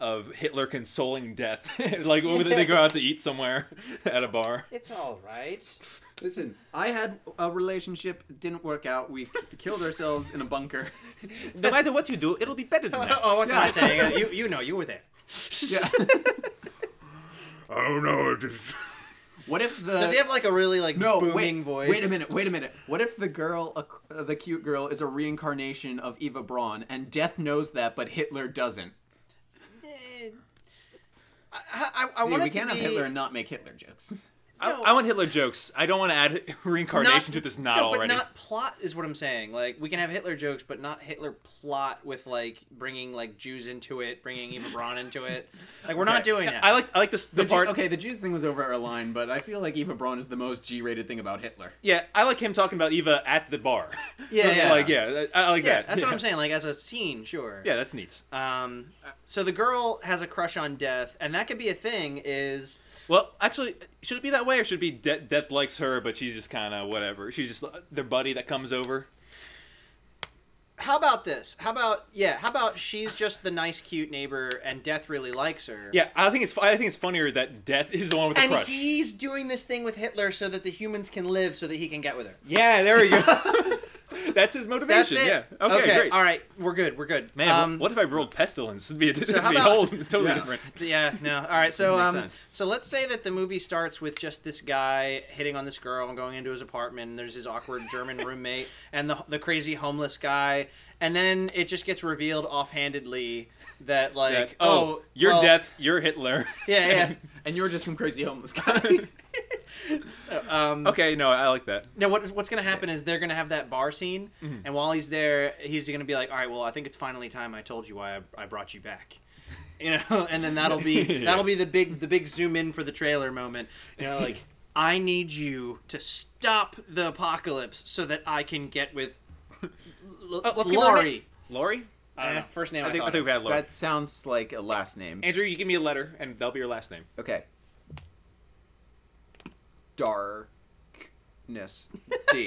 Speaker 2: of Hitler consoling death, [LAUGHS] like when they go out to eat somewhere [LAUGHS] at a
Speaker 1: [LAUGHS]
Speaker 2: bar.
Speaker 1: It's all right.
Speaker 3: Listen, I had a relationship, it didn't work out. We k- killed ourselves in a bunker.
Speaker 2: No matter what you do, it'll be better than that.
Speaker 1: [LAUGHS] oh, what can I
Speaker 3: Yeah. [LAUGHS]
Speaker 1: say? You you know you were there.
Speaker 3: [LAUGHS] Yeah.
Speaker 2: I
Speaker 1: Oh,
Speaker 2: don't know.
Speaker 3: [LAUGHS] what if the
Speaker 1: Does he have like a really like
Speaker 3: no
Speaker 1: booming
Speaker 3: wait,
Speaker 1: voice?
Speaker 3: Wait a minute, wait a minute. What if the girl, ac- uh, the cute girl, is a reincarnation of Eva Braun, and Death knows that, but Hitler doesn't?
Speaker 1: Eh, I, I, I
Speaker 3: Dude,
Speaker 1: want
Speaker 3: we
Speaker 1: it to
Speaker 3: can't have
Speaker 1: be-
Speaker 3: Hitler and not make Hitler jokes.
Speaker 2: I, I want Hitler jokes. I don't want to add [LAUGHS] reincarnation to this knot
Speaker 1: no,
Speaker 2: already.
Speaker 1: But not plot is what I'm saying. Like we can have Hitler jokes, but not Hitler plot with like bringing like Jews into it, bringing Eva Braun into it. Like we're not
Speaker 3: Okay.
Speaker 1: doing that.
Speaker 2: I like I like this the,
Speaker 3: The Jew-
Speaker 2: part.
Speaker 3: okay, the Jews thing was over our line, but I feel like Eva Braun is the most G-rated thing about Hitler.
Speaker 2: Yeah, I like him talking about Eva at the bar.
Speaker 1: [LAUGHS] Yeah, yeah.
Speaker 2: like yeah, I I like
Speaker 1: yeah,
Speaker 2: that.
Speaker 1: that's
Speaker 2: yeah.
Speaker 1: what I'm saying. Like as a scene, sure.
Speaker 2: Yeah, that's neat.
Speaker 1: Um, so the girl has a crush on Death, and that could be a thing. Is
Speaker 2: Well, actually, should it be that way, or should it be De- Death likes her, but she's just kind of whatever. She's just uh, their buddy that comes over.
Speaker 1: how about this? How about yeah? How about she's just the nice, cute neighbor, and Death really likes her.
Speaker 2: Yeah, I think it's fu- I think it's funnier that Death is the one with the
Speaker 1: And
Speaker 2: crush.
Speaker 1: he's doing this thing with Hitler so that the humans can live, so that he can get with her.
Speaker 2: Yeah, there we go.
Speaker 1: [LAUGHS]
Speaker 2: [LAUGHS] that's his motivation.
Speaker 1: That's it.
Speaker 2: Yeah. Okay, great.
Speaker 1: All right, we're good. We're good.
Speaker 2: Man,
Speaker 1: um,
Speaker 2: what if I rolled pestilence? [LAUGHS] It'd be a, it'd
Speaker 1: how
Speaker 2: be a
Speaker 1: about-
Speaker 2: whole totally
Speaker 3: Yeah.
Speaker 2: different.
Speaker 1: Yeah, no. All right,
Speaker 2: [LAUGHS]
Speaker 1: so
Speaker 3: Doesn't
Speaker 1: um,
Speaker 3: make sense.
Speaker 1: so let's say that the movie starts with just this guy hitting on this girl and going into his apartment. And there's his awkward German
Speaker 2: [LAUGHS]
Speaker 1: roommate and the the crazy homeless guy, and then it just gets revealed offhandedly that like
Speaker 2: That,
Speaker 1: oh,
Speaker 2: you're
Speaker 1: well,
Speaker 2: Death. You're Hitler.
Speaker 1: Yeah, yeah.
Speaker 2: [LAUGHS]
Speaker 3: And you're just some crazy homeless guy.
Speaker 1: um,
Speaker 2: [LAUGHS] okay, no, I like that.
Speaker 1: No, what, what's going to happen is they're going to have that bar scene,
Speaker 2: Mm-hmm.
Speaker 1: and while he's there, he's going to be like, "All right, well, I think it's finally time I told you why I, I brought you back." [LAUGHS] You know, and then that'll be
Speaker 2: [LAUGHS] Yeah.
Speaker 1: that'll be the big the big zoom in for the trailer moment. You know,
Speaker 2: [LAUGHS]
Speaker 1: like I need you to stop the apocalypse so that I can get
Speaker 2: [LAUGHS]
Speaker 1: with L-
Speaker 2: Uh, let's give her a name.
Speaker 1: Laurie.
Speaker 2: Laurie.
Speaker 1: I don't know.
Speaker 2: Eh,
Speaker 1: First name
Speaker 2: I
Speaker 1: I
Speaker 2: think I
Speaker 1: thought
Speaker 2: think
Speaker 1: of.
Speaker 2: we had Laurie.
Speaker 3: that sounds like a last name.
Speaker 2: Andrew, you give me a letter, and that'll be your last name.
Speaker 3: Okay. Dark. ness. D.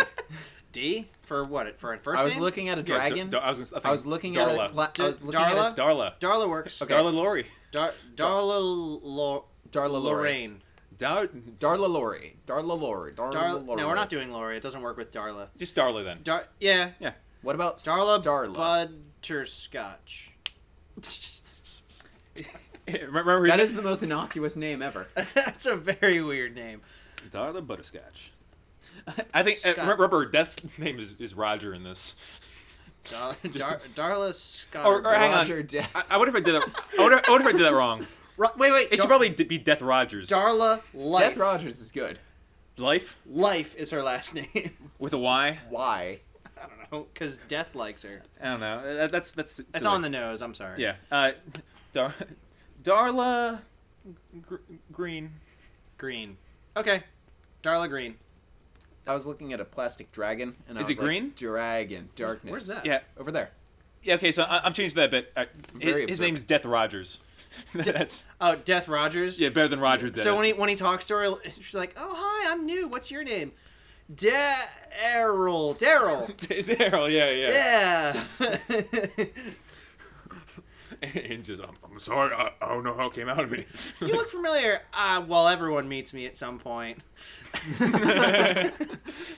Speaker 1: D for what? For a first
Speaker 3: I was
Speaker 1: name?
Speaker 3: looking at a
Speaker 2: Yeah,
Speaker 3: dragon.
Speaker 2: Dar- Dar- I was, gonna- I
Speaker 3: I was
Speaker 2: think
Speaker 3: looking at
Speaker 2: Darla.
Speaker 3: a. Pla- I was
Speaker 1: D-
Speaker 3: looking at a-
Speaker 1: Darla?
Speaker 2: Darla.
Speaker 1: Darla works.
Speaker 3: Okay.
Speaker 2: Darla Lori.
Speaker 1: Dar- Darla Lo-
Speaker 3: Darla
Speaker 1: Lorraine.
Speaker 3: Lorraine.
Speaker 2: Dar-
Speaker 3: Darla Lori. Darla Lori. Darla
Speaker 1: Darla.
Speaker 3: Lori.
Speaker 1: No, we're not doing Lori. It doesn't work with Darla.
Speaker 2: just Darla then. [LAUGHS]
Speaker 1: Dar- yeah.
Speaker 2: yeah.
Speaker 3: What about
Speaker 1: Darla.
Speaker 3: Darla?
Speaker 2: [LAUGHS]
Speaker 1: Butterscotch.
Speaker 2: Remember her
Speaker 3: that
Speaker 2: name? [LAUGHS]
Speaker 3: is the most innocuous name ever.
Speaker 1: That's a very weird name.
Speaker 2: Darla Butterscotch. [LAUGHS] I think uh,
Speaker 1: Scott.
Speaker 2: remember her death's [LAUGHS] name is, is Roger in this.
Speaker 1: Dar-
Speaker 2: [LAUGHS]
Speaker 1: Dar- Darla Scott.
Speaker 2: Or, or hang
Speaker 3: Roger
Speaker 2: on,
Speaker 3: Death.
Speaker 2: I, I wonder if I did that. I wonder, I wonder if I did that wrong.
Speaker 1: Ro- wait, wait.
Speaker 2: It should
Speaker 1: Dar-
Speaker 2: probably d- be Death Rogers.
Speaker 1: Darla Life.
Speaker 3: Death Rogers is good.
Speaker 2: Life
Speaker 1: Life is her last [LAUGHS] name.
Speaker 2: with a Y.
Speaker 3: Why?
Speaker 1: I don't
Speaker 2: Oh.
Speaker 1: know, because Death likes her.
Speaker 2: I don't know. Uh, that- That's that's
Speaker 1: That's
Speaker 2: silly.
Speaker 1: on the nose. I'm sorry.
Speaker 2: yeah. Uh, [LAUGHS] Dar- Darla Gr- Green.
Speaker 1: Green. Okay. Darla Green.
Speaker 3: I was looking at a plastic dragon, and I
Speaker 2: Is
Speaker 3: was
Speaker 2: it
Speaker 3: like,
Speaker 2: green?
Speaker 3: Dragon, darkness.
Speaker 1: where's that?
Speaker 2: Yeah.
Speaker 3: Over there.
Speaker 2: Yeah. Okay. So I, I'm changing that bit. Uh,
Speaker 3: very
Speaker 2: his, his
Speaker 3: observant.
Speaker 2: name's Death [LAUGHS] Rogers. that's
Speaker 1: Oh, Death Rogers.
Speaker 2: yeah better than Roger. Death.
Speaker 1: So when he when he talks to her, she's like, "Oh hi, I'm new. What's your name?" Daryl. Daryl.
Speaker 2: Daryl. Yeah. [LAUGHS] Yeah. [LAUGHS]
Speaker 1: Yeah. [LAUGHS]
Speaker 2: and just, I'm, I'm sorry, I, I don't know how it came out of me. [LAUGHS]
Speaker 1: you look familiar. Uh, well, everyone meets me at some point.
Speaker 2: Oh,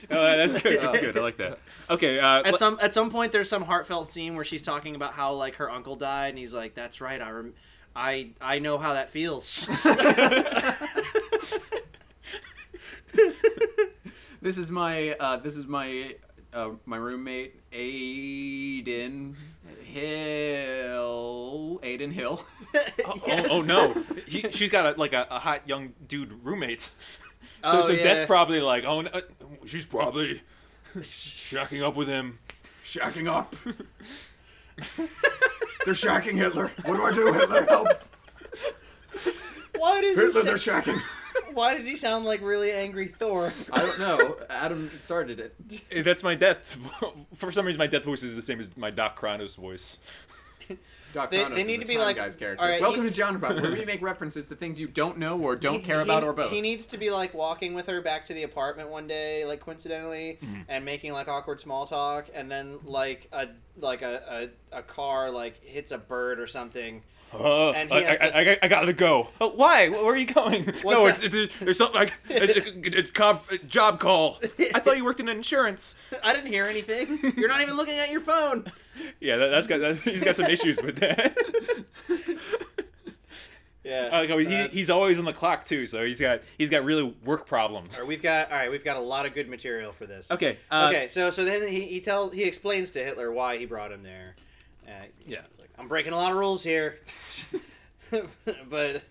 Speaker 2: that's good. That's good. I like that. Okay. Uh,
Speaker 1: At
Speaker 2: le-
Speaker 1: some at some point, there's some heartfelt scene where she's talking about how like her uncle died, and he's like, "That's right. I rem- I I know how that
Speaker 3: [LAUGHS]
Speaker 1: feels."
Speaker 3: This is my uh, this is my uh, my roommate Aiden Hill. Aiden Hill. [LAUGHS]
Speaker 2: oh, oh, no, he, she's got a, like a, a hot young dude roommate. [LAUGHS]
Speaker 1: Oh,
Speaker 2: So, so
Speaker 1: yeah.
Speaker 2: that's probably like, oh, no, she's probably shacking up with him.
Speaker 3: Shacking up. They're shacking Hitler. What do I [LAUGHS] do, Hitler? Help!
Speaker 1: why does he sa-
Speaker 3: shacking.
Speaker 1: Why does he sound like really angry Thor?
Speaker 3: I don't know. Adam started it.
Speaker 2: Eh, That's my death. [LAUGHS] For some reason, my death voice is the same as my Doc Kronos voice.
Speaker 3: Doc
Speaker 1: They-
Speaker 3: Kronos
Speaker 1: they
Speaker 3: is
Speaker 1: need
Speaker 3: the
Speaker 1: to be
Speaker 3: Time
Speaker 1: like,
Speaker 3: guy's character.
Speaker 1: all right,
Speaker 3: Welcome
Speaker 1: he-
Speaker 3: to John Robot, [LAUGHS] where we make references to things you don't know or don't
Speaker 1: He-
Speaker 3: care
Speaker 1: he-
Speaker 3: about or both.
Speaker 1: He needs to be like walking with her back to the apartment one day, like coincidentally,
Speaker 3: Mm-hmm.
Speaker 1: and making like awkward small talk, and then like a like a, a, a car like hits a bird or something. [LAUGHS]
Speaker 2: Uh,
Speaker 1: And he
Speaker 2: I,
Speaker 1: has
Speaker 2: I,
Speaker 1: to-
Speaker 2: I, I gotta go. Oh, why? Where are you going? no,
Speaker 1: What's
Speaker 2: it's, it, there's- there's something
Speaker 1: [LAUGHS]
Speaker 2: like it's, a- it's comp, job call. I thought you worked in insurance.
Speaker 1: I didn't hear anything. You're not even looking at your
Speaker 3: [LAUGHS]
Speaker 1: phone.
Speaker 2: Yeah, that, that's got that's, he's got some issues with [LAUGHS] that.
Speaker 1: Yeah.
Speaker 2: I like
Speaker 3: Oh,
Speaker 2: how he, he's always on the clock too, so he's got he's got really work problems.
Speaker 1: Or we've got all right. We've got a lot of good material for this.
Speaker 2: Okay. Uh,
Speaker 1: okay. So so then he he tells he explains to Hitler why he brought him there. Uh,
Speaker 2: Yeah,
Speaker 1: like, I'm breaking a lot of rules here, [LAUGHS] but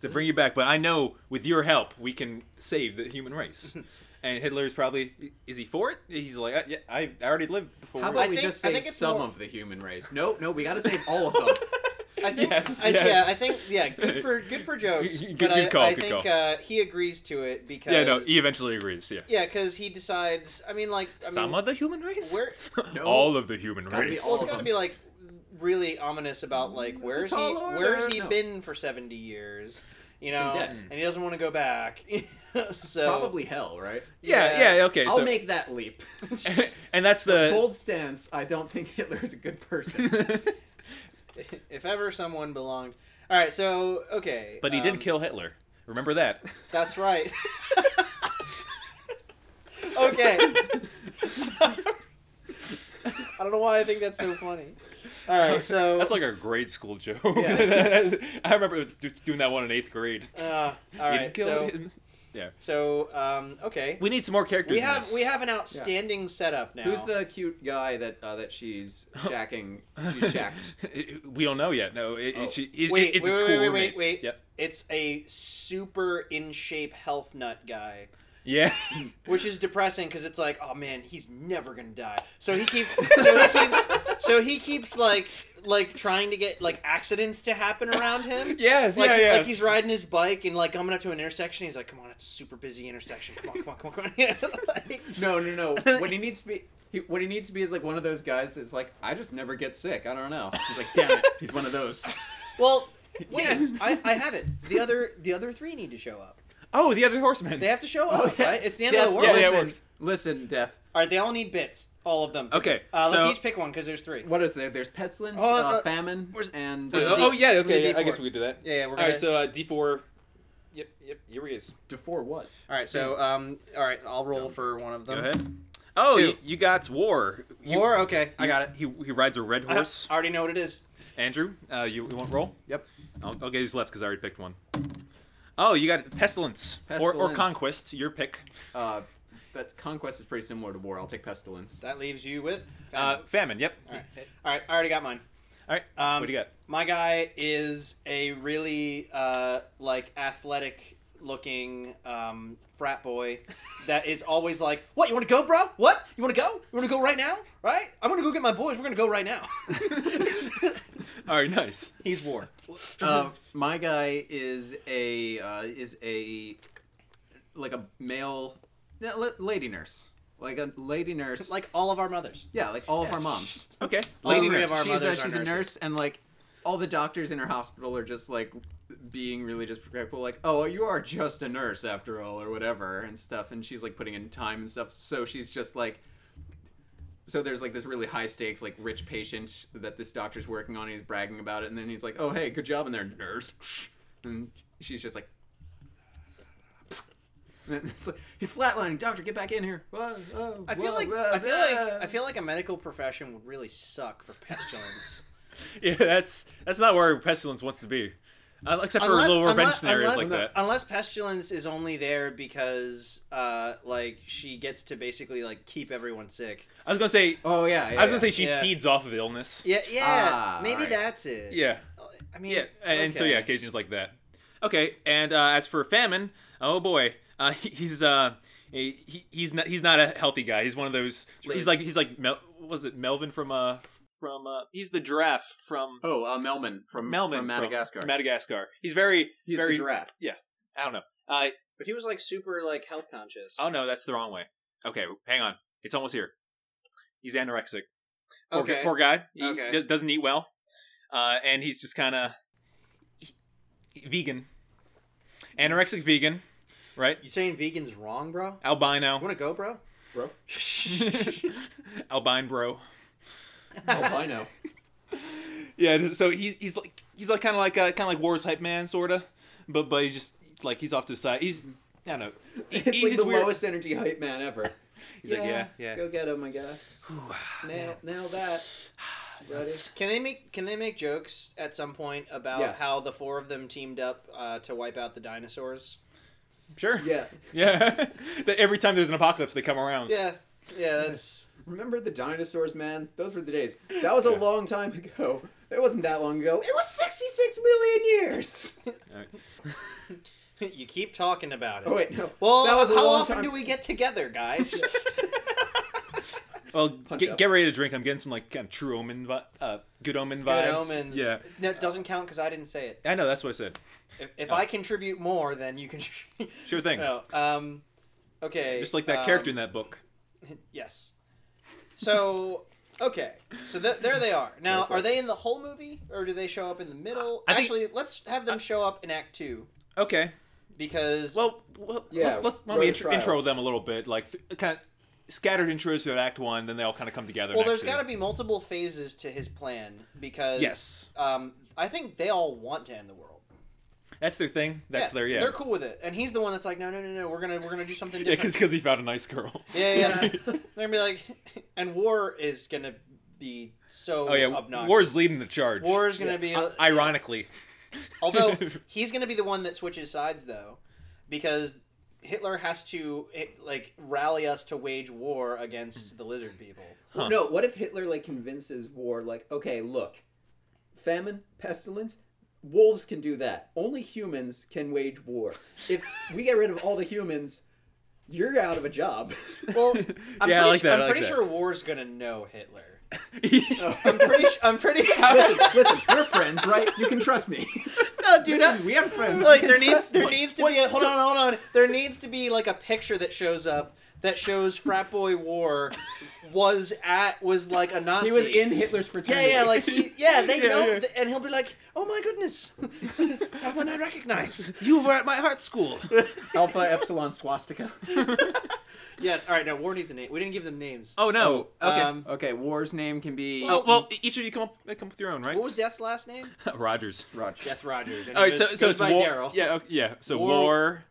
Speaker 2: to bring you back, but I know with your help we can save the human race.
Speaker 1: [LAUGHS]
Speaker 2: And Hitler's probably is he for it? He's like, "Uh, yeah, I, I already lived before.
Speaker 3: How
Speaker 2: we
Speaker 3: about
Speaker 1: I
Speaker 3: we
Speaker 1: think-
Speaker 3: just
Speaker 1: I
Speaker 3: save
Speaker 1: think it's
Speaker 3: some
Speaker 1: more-
Speaker 3: of the human race? Nope, no, we gotta save all of them.
Speaker 1: I think,
Speaker 2: Yes,
Speaker 1: I, yeah,
Speaker 2: yes.
Speaker 1: I think, yeah, good
Speaker 2: [LAUGHS]
Speaker 1: for good for jokes.
Speaker 2: Good-
Speaker 1: but I,
Speaker 2: good call,
Speaker 1: I
Speaker 2: good
Speaker 1: think
Speaker 2: call.
Speaker 1: Uh, he agrees to it because
Speaker 2: yeah, no, he eventually agrees. Yeah,
Speaker 1: yeah, because he decides. I mean, like, I
Speaker 2: some
Speaker 1: mean,
Speaker 2: of the human race, [LAUGHS]
Speaker 1: where
Speaker 3: No.
Speaker 2: all of the human
Speaker 3: gotta be
Speaker 2: race.
Speaker 1: well, it's
Speaker 3: of
Speaker 1: got to
Speaker 3: them.
Speaker 1: be like really ominous about like where is he?
Speaker 3: tall
Speaker 1: Where has
Speaker 3: order.
Speaker 1: he
Speaker 3: No.
Speaker 1: been for seventy years? You know,
Speaker 3: debt.
Speaker 1: and he doesn't want to go back. [LAUGHS] [LAUGHS] so
Speaker 3: Probably hell, right?
Speaker 2: [LAUGHS] yeah,
Speaker 1: yeah.
Speaker 2: yeah, okay.
Speaker 3: I'll
Speaker 2: so,
Speaker 3: make that leap.
Speaker 2: [LAUGHS]
Speaker 3: [LAUGHS]
Speaker 2: and that's the
Speaker 3: Bold stance. I don't think Hitler is a good
Speaker 2: [LAUGHS]
Speaker 3: person.
Speaker 1: if ever someone belonged. All right, so okay,
Speaker 2: but he
Speaker 1: um,
Speaker 2: did kill Hitler. Remember that.
Speaker 1: That's
Speaker 2: [LAUGHS]
Speaker 1: right. [LAUGHS] okay.
Speaker 2: [LAUGHS]
Speaker 1: I don't know why I think that's so funny. All right, so
Speaker 2: That's like a grade school joke.
Speaker 3: Yeah.
Speaker 2: [LAUGHS] I remember it's- it's doing that one in eighth grade.
Speaker 1: uh, all
Speaker 2: He
Speaker 1: right,
Speaker 2: killed
Speaker 1: so
Speaker 2: him. Yeah.
Speaker 1: so um, okay,
Speaker 2: We need some more characters.
Speaker 1: we
Speaker 2: in
Speaker 1: have
Speaker 2: this.
Speaker 1: we
Speaker 2: [LAUGHS]
Speaker 1: have an outstanding setup now.
Speaker 3: Who's the cute guy that uh,
Speaker 2: [LAUGHS]
Speaker 3: that she's shacking? She's shacked.
Speaker 2: We don't know yet. No, it, it, it,
Speaker 1: Oh. Wait, wait, wait,
Speaker 2: it's a cool
Speaker 1: wait, wait,
Speaker 2: roommate.
Speaker 1: wait.
Speaker 2: Yep.
Speaker 1: It's a super in shape health nut guy, [LAUGHS]
Speaker 2: Yeah. [LAUGHS]
Speaker 1: which is depressing because it's like, oh man, he's never gonna die. So he
Speaker 2: [LAUGHS]
Speaker 1: keeps, so he keeps, so he keeps like like trying to get like accidents to happen around him.
Speaker 2: yes.
Speaker 1: like,
Speaker 2: [LAUGHS] yeah. Yeah.
Speaker 1: like he's riding his bike and like coming up to an intersection. He's like, "Come on, it's a super busy intersection. Come on, come on, come on, come on." [LAUGHS] Yeah, like,
Speaker 3: No, no, no. What he needs to be. He, what he needs to be is like one of those guys that's like, I just never get sick. I don't know. He's like, damn it, he's one
Speaker 2: [LAUGHS]
Speaker 3: of those.
Speaker 1: well, wait, I, I have it. The other the other three need to show up.
Speaker 2: oh, the other horseman.
Speaker 1: They have to show up.
Speaker 3: yeah.
Speaker 1: Right? It's the end
Speaker 3: Death-
Speaker 1: of the world.
Speaker 2: yeah, yeah, it
Speaker 3: Listen,
Speaker 2: works.
Speaker 3: Listen, Def.
Speaker 1: All right, they all need bits. All of them.
Speaker 2: Okay,
Speaker 1: Uh,
Speaker 2: so-
Speaker 1: let's each pick one because there's three.
Speaker 3: What is there? There's pestilence,
Speaker 1: Oh,
Speaker 3: uh,
Speaker 1: uh,
Speaker 3: famine,
Speaker 1: where's-
Speaker 3: and
Speaker 2: Oh,
Speaker 1: where's
Speaker 3: uh,
Speaker 1: the-
Speaker 2: oh, yeah,
Speaker 1: the
Speaker 2: okay. yeah, I
Speaker 1: D4.
Speaker 2: guess we could do that.
Speaker 1: Yeah, yeah, we're
Speaker 2: All
Speaker 1: gonna-
Speaker 2: right, so uh, D4. Yep, yep. Here he is.
Speaker 3: before what?
Speaker 1: All right, so um, all right, I'll roll for one of them.
Speaker 2: Go ahead. Oh,
Speaker 1: Two.
Speaker 2: you, you got War. You-
Speaker 1: War. Okay, I
Speaker 2: you-
Speaker 1: got it.
Speaker 2: He, he rides a red
Speaker 1: I have-
Speaker 2: horse.
Speaker 1: I already know what it is.
Speaker 2: Andrew, uh, you, you want roll?
Speaker 3: Yep.
Speaker 2: I'll, I'll get who's left because I already picked one. Oh, you got pestilence, Or, or
Speaker 3: Pestilence.
Speaker 2: conquest. Your pick.
Speaker 3: Uh, that conquest is pretty similar to war. I'll take pestilence.
Speaker 1: That leaves you with.
Speaker 2: Uh, famine. Yep.
Speaker 1: all, right. all right, I already got mine.
Speaker 2: All right.
Speaker 1: Um,
Speaker 2: what do you got?
Speaker 1: My guy is a really uh, like athletic looking um, frat boy that is always like, "What you want to go, bro? What you want to go? You want to go right now? Right? I'm gonna go get my boys. We're gonna go right now." [LAUGHS]
Speaker 2: All right. Nice.
Speaker 1: He's war.
Speaker 3: uh, my guy is a uh, is a like a male yeah, la- lady nurse, like a lady nurse,
Speaker 1: like all of our mothers.
Speaker 3: yeah, like all of our moms.
Speaker 2: Okay.
Speaker 1: Lady
Speaker 2: Lady
Speaker 1: three
Speaker 2: nurse.
Speaker 1: of our
Speaker 3: she's a,
Speaker 1: mothers are
Speaker 3: she's a
Speaker 1: nurses.
Speaker 3: nurse, and like all the doctors in her hospital are just like being really disrespectful, like, "Oh, you are just a nurse after all," or whatever, and stuff. And she's like putting in time and stuff. So she's just like. So there's like this really high stakes like rich patient that this doctor's working on. And he's bragging about it, and then he's like, "Oh hey, good job in there, nurse," and she's just like, [LAUGHS] and it's like, "He's flatlining, doctor, get back in here." Whoa, whoa,
Speaker 1: I feel
Speaker 3: whoa,
Speaker 1: like
Speaker 3: whoa,
Speaker 1: I feel like
Speaker 3: whoa."
Speaker 1: I feel like a medical profession would really suck for pestilence.
Speaker 2: [LAUGHS] Yeah, that's that's not where pestilence wants to be, uh, except for lower bench scenarios
Speaker 1: unless-
Speaker 2: like that.
Speaker 1: unless pestilence is only there because uh, like she gets to basically like keep everyone sick.
Speaker 2: I was gonna say.
Speaker 3: Oh yeah, yeah
Speaker 2: I was gonna say she
Speaker 1: yeah.
Speaker 2: feeds off of illness.
Speaker 1: Yeah, yeah.
Speaker 3: Ah,
Speaker 1: maybe
Speaker 3: alright.
Speaker 1: that's it.
Speaker 2: Yeah.
Speaker 1: I mean,
Speaker 2: Yeah. And, and so
Speaker 1: okay.
Speaker 2: yeah, occasions like that. Okay. And uh, as for famine, oh boy, [LAUGHS] uh, he, he's uh he, he- he's not he's not a healthy guy. He's one of those. He's like he's like Mel, what was it Melvin from uh from uh he's the giraffe from
Speaker 3: Oh, uh, Melman from
Speaker 2: Melvin
Speaker 3: from Madagascar.
Speaker 2: Madagascar. He's very
Speaker 3: He's
Speaker 2: very
Speaker 3: the giraffe.
Speaker 2: I don't know. Uh,
Speaker 1: But he was like super like health conscious.
Speaker 2: oh no, that's the wrong way. Okay, hang on. It's almost here. He's anorexic. Poor, gu-
Speaker 1: okay.
Speaker 2: poor guy. He
Speaker 1: Okay.
Speaker 2: do- doesn't eat well, uh, and he's just kind of vegan, anorexic vegan, right?
Speaker 1: You saying vegan's wrong, bro?
Speaker 2: Albino,
Speaker 1: Want to go, bro? [LAUGHS]
Speaker 3: Bro,
Speaker 2: [LAUGHS] albine bro.
Speaker 1: [LAUGHS]
Speaker 3: albino.
Speaker 2: Yeah. So he's he's like he's like kind of like uh, kind of like War's hype man sorta, but but he's just like he's off to the side. He's I don't know. He-
Speaker 3: It's
Speaker 2: he's
Speaker 3: like
Speaker 2: this
Speaker 3: the
Speaker 2: weird-
Speaker 3: lowest energy hype man ever.
Speaker 2: He's like yeah yeah.
Speaker 3: Go get him,
Speaker 2: [SIGHS]
Speaker 3: I guess. Nail, nail that. Ready?
Speaker 1: Can they make Can they make jokes at some point about
Speaker 3: Yes.
Speaker 1: how the four of them teamed up uh, to wipe out the dinosaurs?
Speaker 2: Sure.
Speaker 3: Yeah.
Speaker 2: [LAUGHS] Yeah. That Every time there's an apocalypse, they come around.
Speaker 1: Yeah, yeah.
Speaker 2: [LAUGHS]
Speaker 1: That's
Speaker 3: Remember the dinosaurs, man? Those were the days. That was a long time ago. It wasn't that long ago. It was 66 million
Speaker 1: [LAUGHS]
Speaker 3: years.
Speaker 1: you keep talking about it.
Speaker 3: Oh wait, no.
Speaker 1: Well,
Speaker 3: that was a
Speaker 1: how
Speaker 3: long
Speaker 1: often
Speaker 3: time.
Speaker 1: do we get together,
Speaker 3: [LAUGHS]
Speaker 1: guys? [LAUGHS]
Speaker 2: Well,
Speaker 3: up.
Speaker 2: get, get ready to drink. I'm getting some like kind of true omen, vi- uh, good omen
Speaker 1: Good
Speaker 2: vibes.
Speaker 1: omens.
Speaker 2: Yeah.
Speaker 1: No, it doesn't count because I didn't say it.
Speaker 2: I know. That's what I said.
Speaker 1: If, if I contribute more, then you can.
Speaker 2: Oh.
Speaker 1: [LAUGHS]
Speaker 2: Sure thing.
Speaker 1: No. Um. Okay.
Speaker 2: Just like that
Speaker 1: um,
Speaker 2: character in that book.
Speaker 1: Yes. So. Okay, so th- there they are. Now,
Speaker 3: There's
Speaker 1: are they in
Speaker 3: reference.
Speaker 1: the whole movie, or do they show up in the middle?
Speaker 2: I think-
Speaker 1: Actually, let's have them show up in Act Two
Speaker 2: Okay.
Speaker 1: because
Speaker 2: Well, well
Speaker 3: Yeah,
Speaker 2: let's, let's why don't
Speaker 3: Road
Speaker 2: we intro,
Speaker 3: Trials.
Speaker 2: intro them a little bit, like kind of scattered intros throughout Act One, then they all kind of come together.
Speaker 1: Well,
Speaker 2: in Act
Speaker 1: there's
Speaker 2: Two.
Speaker 1: got to be multiple phases to his plan because
Speaker 2: Yes.
Speaker 1: um, I think they all want to end the world.
Speaker 2: That's their thing. That's their yeah.
Speaker 1: They're cool with it, and he's the one that's like, no, no, no, no, we're gonna we're gonna do something
Speaker 2: Yeah,
Speaker 1: different.
Speaker 2: because he found a nice girl.
Speaker 1: Yeah, yeah.
Speaker 2: [LAUGHS]
Speaker 1: [LAUGHS] They're gonna be like, and war is gonna be so
Speaker 2: Oh yeah,
Speaker 1: obnoxious.
Speaker 2: War's leading the charge. Uh,
Speaker 1: War is gonna be
Speaker 2: [LAUGHS] ironically.
Speaker 1: although he's gonna be the one that switches sides though, because Hitler has to it, like rally us to wage war against the lizard people.
Speaker 3: No, what if Hitler like convinces war like, okay, look, famine, pestilence, wolves can do that. Only humans can wage war. If we get rid of all the humans, you're out of a job.
Speaker 2: [LAUGHS]
Speaker 1: Well, I'm
Speaker 2: Yeah, I
Speaker 1: pretty,
Speaker 2: like
Speaker 1: su-
Speaker 2: that, I
Speaker 1: I'm
Speaker 2: like
Speaker 1: pretty
Speaker 2: that.
Speaker 1: sure war's gonna know Hitler. [LAUGHS] I'm pretty. su- I'm pretty. [LAUGHS]
Speaker 2: [LAUGHS]
Speaker 3: listen, listen, we're friends, right? You can trust me.
Speaker 1: no, dude.
Speaker 3: Listen,
Speaker 1: I-
Speaker 3: we are
Speaker 1: [LAUGHS]
Speaker 3: friends.
Speaker 1: like
Speaker 3: You
Speaker 1: there
Speaker 3: can
Speaker 1: needs
Speaker 3: trust
Speaker 1: there
Speaker 3: me.
Speaker 1: needs to be a hold on hold on there needs to be like a picture that shows up that shows frat boy war was at was like a Nazi.
Speaker 3: He was in Hitler's fraternity.
Speaker 1: Yeah, yeah, like
Speaker 3: [LAUGHS]
Speaker 1: he,
Speaker 2: [LAUGHS]
Speaker 1: yeah, they
Speaker 2: Yeah,
Speaker 1: know,
Speaker 2: yeah.
Speaker 1: th- and he'll be like, "Oh my goodness, [LAUGHS] someone I recognize."
Speaker 2: You were at my heart school.
Speaker 3: Alpha Epsilon Swastika.
Speaker 1: yes. All right. Now war needs a name. We didn't give them names.
Speaker 2: [LAUGHS] Oh no. okay.
Speaker 1: Um,
Speaker 3: Okay, War's name can be
Speaker 2: oh, well, each of you come up come up with your own, right?
Speaker 1: what was Death's last name?
Speaker 2: [LAUGHS] Rogers.
Speaker 3: Roger.
Speaker 1: Death Rogers. And
Speaker 2: All right,
Speaker 1: it
Speaker 2: so
Speaker 1: goes-
Speaker 2: so
Speaker 1: goes
Speaker 2: it's
Speaker 1: by
Speaker 2: war.
Speaker 1: Daryl.
Speaker 2: Yeah, okay, yeah. So
Speaker 1: War-
Speaker 2: war.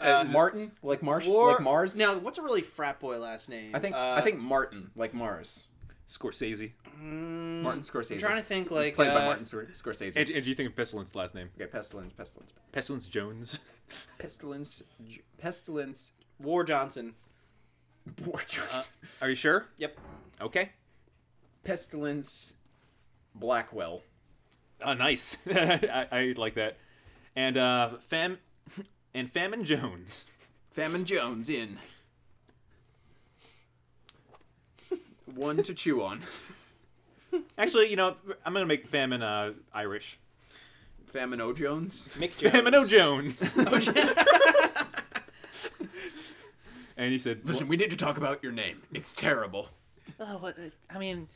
Speaker 3: Uh, Martin, like Marsh,
Speaker 1: War
Speaker 3: like Mars.
Speaker 1: Now, what's a really frat boy last name?
Speaker 3: I think
Speaker 1: Uh,
Speaker 3: I think Martin, like Mars.
Speaker 2: Scorsese.
Speaker 3: Martin Scorsese.
Speaker 1: mm. I'm trying to think like
Speaker 3: played by
Speaker 1: uh,
Speaker 3: Martin Scor- Scorsese.
Speaker 2: And, and do you think of Pestilence last name?
Speaker 3: okay, Pestilence, Pestilence,
Speaker 2: Pestilence Jones. [LAUGHS]
Speaker 3: Pestilence, J- Pestilence. [LAUGHS]
Speaker 1: War Johnson.
Speaker 3: War Johnson.
Speaker 2: Are you sure?
Speaker 1: Yep.
Speaker 2: Okay.
Speaker 3: Pestilence. Blackwell.
Speaker 2: Oh, nice. [LAUGHS] I, I like that. And uh, fam [LAUGHS] and famine Jones.
Speaker 3: Famine Jones in. One to chew on.
Speaker 2: Actually, you know, I'm gonna make famine uh, Irish.
Speaker 3: Famine O Jones.
Speaker 1: Mick Jones.
Speaker 2: Famine O [LAUGHS] Jones. and he said,
Speaker 3: Listen, we need to talk about your name. It's terrible.
Speaker 2: "Well, oh, what-
Speaker 1: uh, [SIGHS]
Speaker 2: I mean,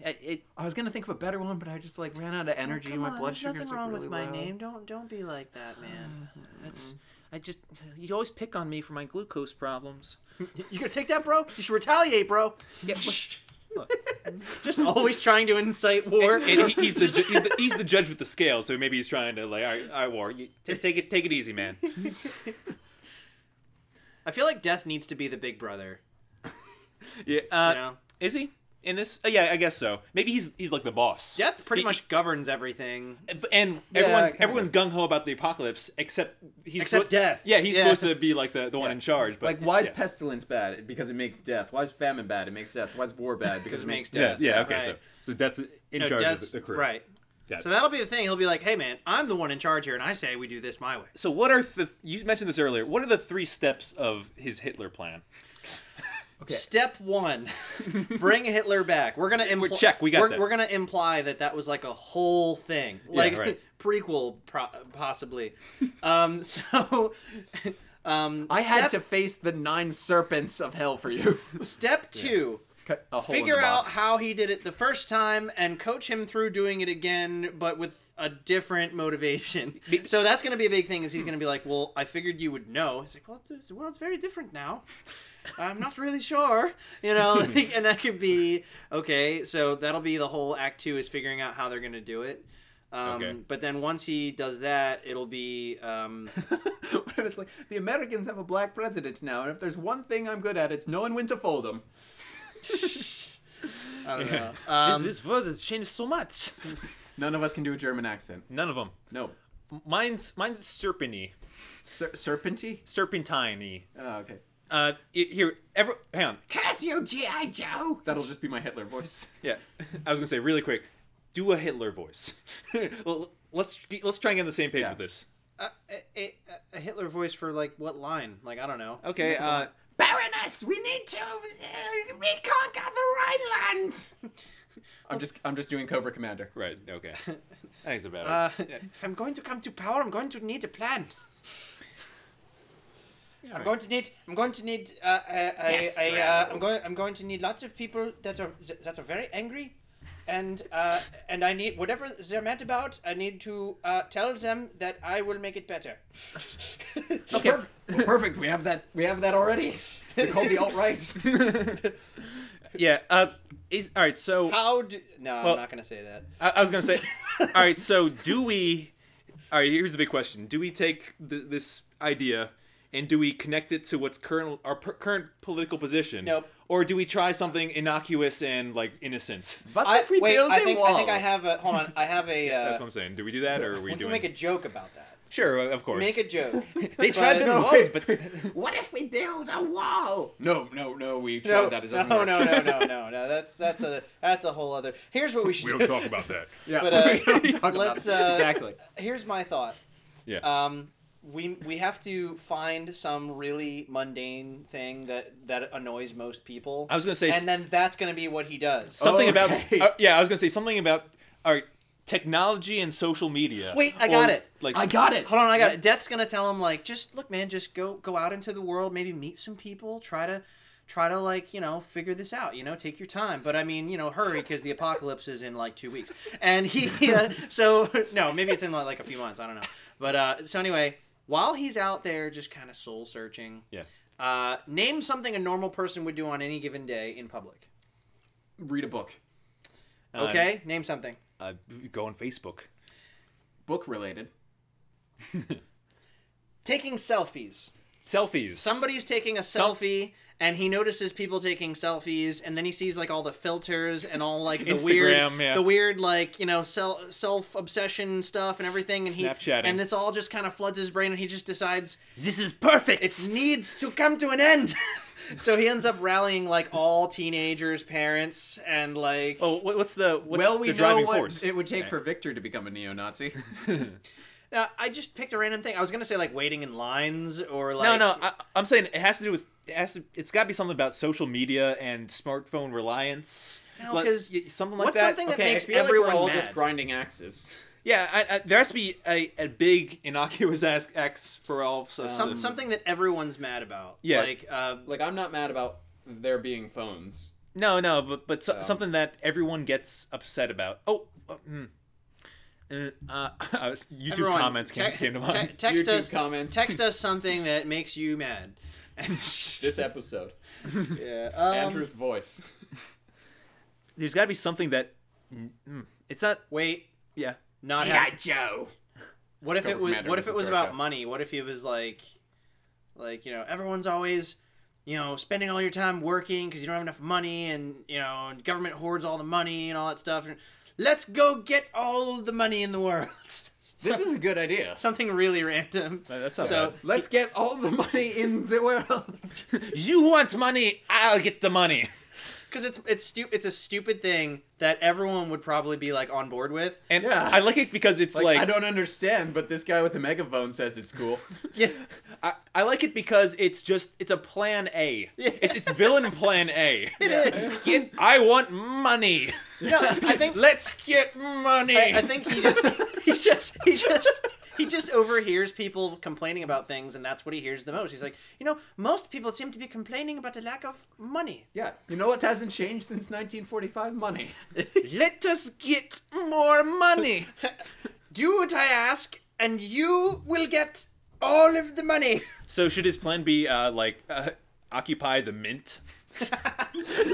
Speaker 2: it, it,
Speaker 3: I was gonna think of a better one, but I just like ran out of energy.
Speaker 1: Oh, Come
Speaker 3: My
Speaker 1: on,
Speaker 3: blood
Speaker 1: there's
Speaker 3: sugar's
Speaker 1: nothing
Speaker 3: like
Speaker 1: wrong
Speaker 3: really
Speaker 1: with my
Speaker 3: low.
Speaker 1: name. Don't don't be like that, [SIGHS] man.
Speaker 2: it's, I just, you always pick on me for my glucose problems."
Speaker 1: You gonna take that, bro? You should retaliate, bro.
Speaker 2: Yeah, look,
Speaker 1: [LAUGHS] Just always trying to incite war.
Speaker 2: [LAUGHS]
Speaker 1: [LAUGHS]
Speaker 2: and he, he's, the, ju- he's the he's the judge with the scale, so maybe he's trying to like, all right, all right War, you, t- take it take it easy, [LAUGHS] man.
Speaker 1: I feel like Death needs to be the big brother.
Speaker 2: Yeah, uh,
Speaker 1: You know?
Speaker 2: is he in this? Uh, yeah, I guess so. Maybe he's he's like the boss.
Speaker 1: Death pretty
Speaker 2: He-
Speaker 1: much governs everything.
Speaker 2: he- and everyone's
Speaker 3: kinda.
Speaker 2: everyone's gung ho about the apocalypse except he's
Speaker 1: Except
Speaker 2: suppo-
Speaker 1: Death.
Speaker 2: Yeah, he's
Speaker 1: Yeah.
Speaker 2: supposed to be like the, the one in charge. But
Speaker 3: Like, why is
Speaker 2: yeah.
Speaker 3: pestilence bad? Because it makes death. Why is famine bad? It makes death. Why is war bad? Because it makes death.
Speaker 2: Yeah, yeah, okay.
Speaker 1: Right.
Speaker 2: So so that's in
Speaker 1: No,
Speaker 2: charge
Speaker 1: Death's
Speaker 2: of the crew.
Speaker 1: right.
Speaker 2: Death.
Speaker 1: So that'll be the thing. He'll be like, "Hey, man, I'm the one in charge here, and I say we do this my way."
Speaker 2: So what are the you mentioned this earlier? What are the three steps of his Hitler plan?
Speaker 3: Okay.
Speaker 1: Step one: [LAUGHS] bring Hitler back. We're gonna impl-
Speaker 2: We're- check, we got
Speaker 1: We're,
Speaker 2: that.
Speaker 1: we're gonna imply that that was like a whole thing, like
Speaker 2: right.
Speaker 1: [LAUGHS] prequel, pro- possibly. um, [LAUGHS] so, um,
Speaker 3: I had to
Speaker 1: step,
Speaker 3: face the nine serpents of hell for you.
Speaker 1: step two.
Speaker 3: [LAUGHS] Cut a hole in
Speaker 1: Figure
Speaker 3: the
Speaker 1: out
Speaker 3: box.
Speaker 1: how he did it the first time and coach him through doing it again, but with a different motivation. So that's going to [LAUGHS] be a big thing. Is he's going to be like, "Well, I figured you would know." He's like, "Well, the- the world's very different now. I'm not really sure, you [LAUGHS] know." like, and that could be okay. So that'll be the whole act two is figuring out how they're going to do it. Um,
Speaker 2: Okay.
Speaker 1: But then once he does that, it'll be um,
Speaker 3: What if [LAUGHS] it's like the Americans have a black president now, and if there's one thing I'm good at, it's knowing when to fold them.
Speaker 1: [LAUGHS] I don't know. Um,
Speaker 2: this, this world has changed so much.
Speaker 3: None of us can do a German accent.
Speaker 2: None of them.
Speaker 3: No,
Speaker 2: Mine's mine's serpenty,
Speaker 3: Ser- serpenty.
Speaker 2: serpentiney.
Speaker 3: Oh, okay.
Speaker 2: Uh, y- here, every hang on.
Speaker 3: Casio GI Joe. That'll just be my Hitler voice.
Speaker 2: Yeah, I was gonna say really quick, do a Hitler voice. [LAUGHS] Well, let's let's try and get on the same page
Speaker 3: Yeah.
Speaker 2: with this.
Speaker 1: [LAUGHS] a- a, a Hitler voice for like what line? Like I don't know.
Speaker 2: Okay. Uh,
Speaker 3: [LAUGHS] Baroness, we need to uh, reconquer the Rhineland. [LAUGHS] I'm just, I'm just doing Cobra Commander.
Speaker 2: right.
Speaker 1: [LAUGHS]
Speaker 2: Okay. Thanks about it.
Speaker 1: Uh, if I'm going to come to power, I'm going to need a plan. I'm going to need. I'm going to need. Uh, a, a,
Speaker 3: Yes,
Speaker 1: a, uh,
Speaker 3: Drago.
Speaker 1: I'm going. I'm going to need lots of people that are that are very angry, and uh, and I need whatever they're mad about. I need to uh, tell them that I will make it
Speaker 3: [LAUGHS]
Speaker 1: better. [LAUGHS]
Speaker 2: Okay.
Speaker 3: Well, perfect. We have that. We have that already. They're called the alt right.
Speaker 2: yeah. Uh, is all right. So
Speaker 1: [LAUGHS] How do? No,
Speaker 2: Well-
Speaker 1: I'm not going to say that.
Speaker 2: I, I was
Speaker 1: [LAUGHS]
Speaker 2: gonna say, all right. So do we? All right. Here's the big question: Do we take th- this idea and do we connect it to what's current our per- current political position?
Speaker 1: Nope.
Speaker 2: Or do we try something innocuous and like innocent?
Speaker 3: But
Speaker 1: I,
Speaker 3: if we
Speaker 1: wait,
Speaker 3: build
Speaker 1: I
Speaker 3: a
Speaker 1: think
Speaker 3: wall,
Speaker 1: I think I have a. Hold on, I have
Speaker 3: [LAUGHS]
Speaker 1: a. Uh,
Speaker 2: That's what I'm saying. Do we do that, or are we,
Speaker 1: we can
Speaker 2: doing?
Speaker 1: make a joke about that.
Speaker 2: Sure, of course.
Speaker 1: Make a joke.
Speaker 3: [LAUGHS]
Speaker 2: They tried
Speaker 1: but-
Speaker 2: building
Speaker 1: No,
Speaker 2: walls,
Speaker 1: [LAUGHS]
Speaker 2: but
Speaker 3: What if we build a wall? No, no, no. We tried
Speaker 1: No, [LAUGHS]
Speaker 3: that. It
Speaker 1: no,
Speaker 3: doesn't
Speaker 1: no,
Speaker 3: work.
Speaker 1: no, no, no, no, no. That's that's a that's a whole other. Here's what we should. do.
Speaker 2: about that.
Speaker 3: [LAUGHS] Yeah,
Speaker 1: But, uh,
Speaker 3: [LAUGHS] we don't talk
Speaker 1: let's,
Speaker 3: about it.
Speaker 1: uh,
Speaker 3: exactly.
Speaker 1: [LAUGHS] Here's my thought.
Speaker 2: Yeah.
Speaker 1: Um, we we have to find some really mundane thing that that annoys most people.
Speaker 2: I was gonna say s-
Speaker 1: and then that's gonna be what he does.
Speaker 2: something
Speaker 3: okay.
Speaker 2: about. uh, yeah, I was gonna say something about. All right, technology and social media.
Speaker 1: Wait, I got
Speaker 2: Or,
Speaker 1: it.
Speaker 2: Like
Speaker 3: I got it.
Speaker 1: Hold on, I got it. Death's gonna tell him like, just look, man, just go go out into the world, maybe meet some people, try to try to like you know figure this out you know take your time but i mean you know hurry because the apocalypse is in like two weeks and he [LAUGHS] uh, so [LAUGHS] no maybe it's in like a few months i don't know but uh so anyway while he's out there just kind of soul searching
Speaker 2: Yeah.
Speaker 1: Uh, name something a normal person would do on any given day in public.
Speaker 3: Read a book.
Speaker 2: Um,
Speaker 1: Okay, name something.
Speaker 2: Uh, go on Facebook.
Speaker 3: Book related.
Speaker 1: Taking selfies.
Speaker 2: Selfies.
Speaker 1: Somebody's taking a selfie, and he notices people taking selfies, and then he sees like all the filters and all like the
Speaker 2: Instagram,
Speaker 1: weird,
Speaker 2: yeah.
Speaker 1: the weird like you know self self obsession stuff and everything, and he
Speaker 2: Snapchatting.
Speaker 1: and this all just kind of floods his brain, and he just decides
Speaker 2: This is perfect.
Speaker 1: it needs to come to an end. [LAUGHS] so he ends up rallying like all teenagers, parents, and like
Speaker 2: Oh, what- what's the what's
Speaker 3: well, we
Speaker 2: the
Speaker 3: know
Speaker 2: driving
Speaker 3: what
Speaker 2: force?
Speaker 3: it would take for Victor to become a neo-Nazi. [LAUGHS]
Speaker 1: Now, uh, I just picked a random thing. I was gonna say like waiting in lines or like
Speaker 2: no, no, I, I'm saying it has to do with it has to, it's got to be something about social media and smartphone reliance.
Speaker 1: No,
Speaker 2: Like,
Speaker 1: 'cause
Speaker 2: y- something like
Speaker 1: what's
Speaker 2: that.
Speaker 1: something that
Speaker 3: okay,
Speaker 1: makes
Speaker 3: I feel
Speaker 1: everyone
Speaker 3: like we're all
Speaker 1: mad.
Speaker 3: just grinding axes.
Speaker 2: Yeah, I, I, there has to be a, a big innocuous ass X for all. So
Speaker 1: Some, something that everyone's mad about.
Speaker 2: Yeah.
Speaker 1: Like uh,
Speaker 3: Like I'm not mad about there being phones.
Speaker 2: no, no, but but so,
Speaker 3: Um,
Speaker 2: something that everyone gets upset about. Oh, uh, hmm. Uh, [LAUGHS] uh, I was- YouTube
Speaker 1: everyone,
Speaker 2: comments came,
Speaker 1: te-
Speaker 2: came to
Speaker 1: te-
Speaker 2: mind.
Speaker 1: text
Speaker 3: YouTube
Speaker 1: us
Speaker 3: comments.
Speaker 1: Text us something that makes you mad.
Speaker 3: [LAUGHS]
Speaker 1: [LAUGHS]
Speaker 3: This episode,
Speaker 1: yeah. Um,
Speaker 3: Andrew's voice. [LAUGHS]
Speaker 2: There's got to be something that mm, it's not.
Speaker 1: Wait.
Speaker 2: Yeah,
Speaker 1: Not ha-
Speaker 3: Joe.
Speaker 1: what if
Speaker 3: Go
Speaker 1: it
Speaker 3: with
Speaker 1: was
Speaker 3: Commander
Speaker 1: what if it
Speaker 3: Mrs.
Speaker 1: was
Speaker 3: Russia.
Speaker 1: about money? What if it was like like you know everyone's always you know spending all your time working because you don't have enough money and you know and government hoards all the money and all that stuff. And let's go get all the money in the world. [LAUGHS]
Speaker 3: This is a good idea.
Speaker 1: something really random.
Speaker 2: uh, that's not
Speaker 1: so
Speaker 2: bad.
Speaker 3: Let's get all the money in the world. [LAUGHS]
Speaker 2: you want money, I'll get the money.
Speaker 1: because it's it's stu- it's a stupid thing that everyone would probably be like on board with.
Speaker 2: And
Speaker 3: Yeah.
Speaker 2: I like it because it's
Speaker 3: Like,
Speaker 2: like
Speaker 3: I don't understand, but this guy with the megaphone says it's
Speaker 1: [LAUGHS]
Speaker 3: cool.
Speaker 1: Yeah.
Speaker 2: I, I like it because it's just it's a plan A. It's, it's villain plan
Speaker 1: [LAUGHS]
Speaker 2: A. It
Speaker 1: is.
Speaker 2: I want money.
Speaker 1: No, I think
Speaker 2: Let's get money.
Speaker 1: I think he just he just he just he just overhears people complaining about things, and that's what he hears the most. He's like, you know, most people seem to be complaining about the lack of money.
Speaker 3: Yeah, you know what hasn't changed since 1945? Money.
Speaker 2: let us get more
Speaker 1: [LAUGHS]
Speaker 2: money.
Speaker 1: Do what I ask, and you will get all of the money.
Speaker 2: So should his plan be uh, like uh, occupy the mint? [LAUGHS]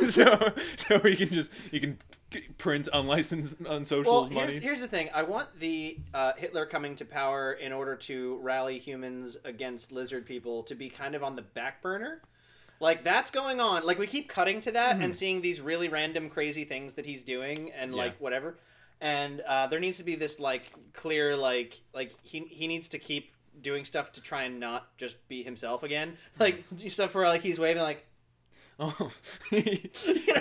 Speaker 2: so so you can just you can g- print unlicensed unsocial
Speaker 1: Well,
Speaker 2: money.
Speaker 1: here's, here's the thing. I want the uh, Hitler coming to power in order to rally humans against lizard people to be kind of on the back burner. Like that's going on. Like we keep cutting to that
Speaker 2: Hmm.
Speaker 1: and seeing these really random crazy things that he's doing and
Speaker 2: Yeah.
Speaker 1: like whatever. And uh, there needs to be this like clear like like he he needs to keep doing stuff to try and not just be himself again. [LAUGHS] Like do stuff where like he's waving like
Speaker 2: Oh. [LAUGHS]
Speaker 1: [LAUGHS] you know,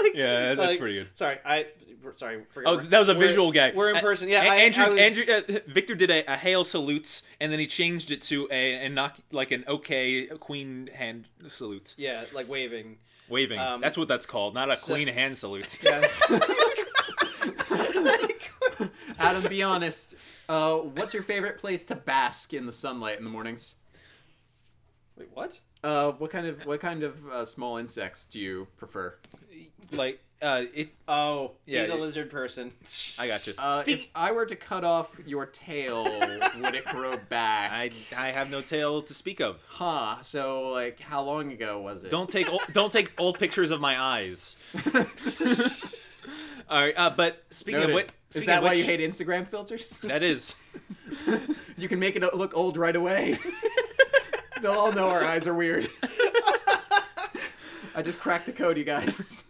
Speaker 1: like-
Speaker 2: Yeah, that's pretty good.
Speaker 1: Sorry, I sorry. Forgot
Speaker 2: Oh,
Speaker 1: we're-
Speaker 2: that was a
Speaker 1: we're-
Speaker 2: visual gag.
Speaker 1: We're in
Speaker 2: Uh,
Speaker 1: person.
Speaker 2: A-
Speaker 1: Yeah, I-
Speaker 2: Andrew,
Speaker 1: I was-
Speaker 2: Andrew, uh, Victor did a, a hail salutes, and then he changed it to a and knock like an okay queen hand salute,
Speaker 1: [LAUGHS] Yeah, like
Speaker 2: [LAUGHS]
Speaker 1: waving.
Speaker 2: waving.
Speaker 1: Um,
Speaker 2: that's what that's called, not a queen
Speaker 1: [LAUGHS]
Speaker 2: hand salute.
Speaker 3: Adam, be honest. Uh, what's your favorite place to bask in the sunlight in the mornings?
Speaker 1: Wait, what?
Speaker 3: Uh, what kind of what kind of uh, small insects do you prefer?
Speaker 2: like uh, it.
Speaker 1: Oh,
Speaker 2: Yeah,
Speaker 1: he's a
Speaker 2: it-
Speaker 1: lizard person. [LAUGHS]
Speaker 2: I got you.
Speaker 3: Uh, if
Speaker 1: Speak-
Speaker 3: I were to cut off
Speaker 2: [LAUGHS]
Speaker 3: your tail, would it grow back?
Speaker 2: I I have no tail to speak of.
Speaker 3: huh. So like, how long ago was [LAUGHS] it?
Speaker 2: Don't take old, don't take old pictures of my eyes. All right, uh, but speaking
Speaker 3: Noted.
Speaker 2: of what,
Speaker 3: Is
Speaker 2: speaking
Speaker 3: that
Speaker 2: of
Speaker 3: why
Speaker 2: which- [LAUGHS]
Speaker 3: you hate Instagram filters?
Speaker 2: That is.
Speaker 3: [LAUGHS] you can make it look old right
Speaker 2: [LAUGHS]
Speaker 3: away. They'll all know our eyes are weird. [LAUGHS] I just cracked the code,
Speaker 2: [LAUGHS]
Speaker 3: you guys.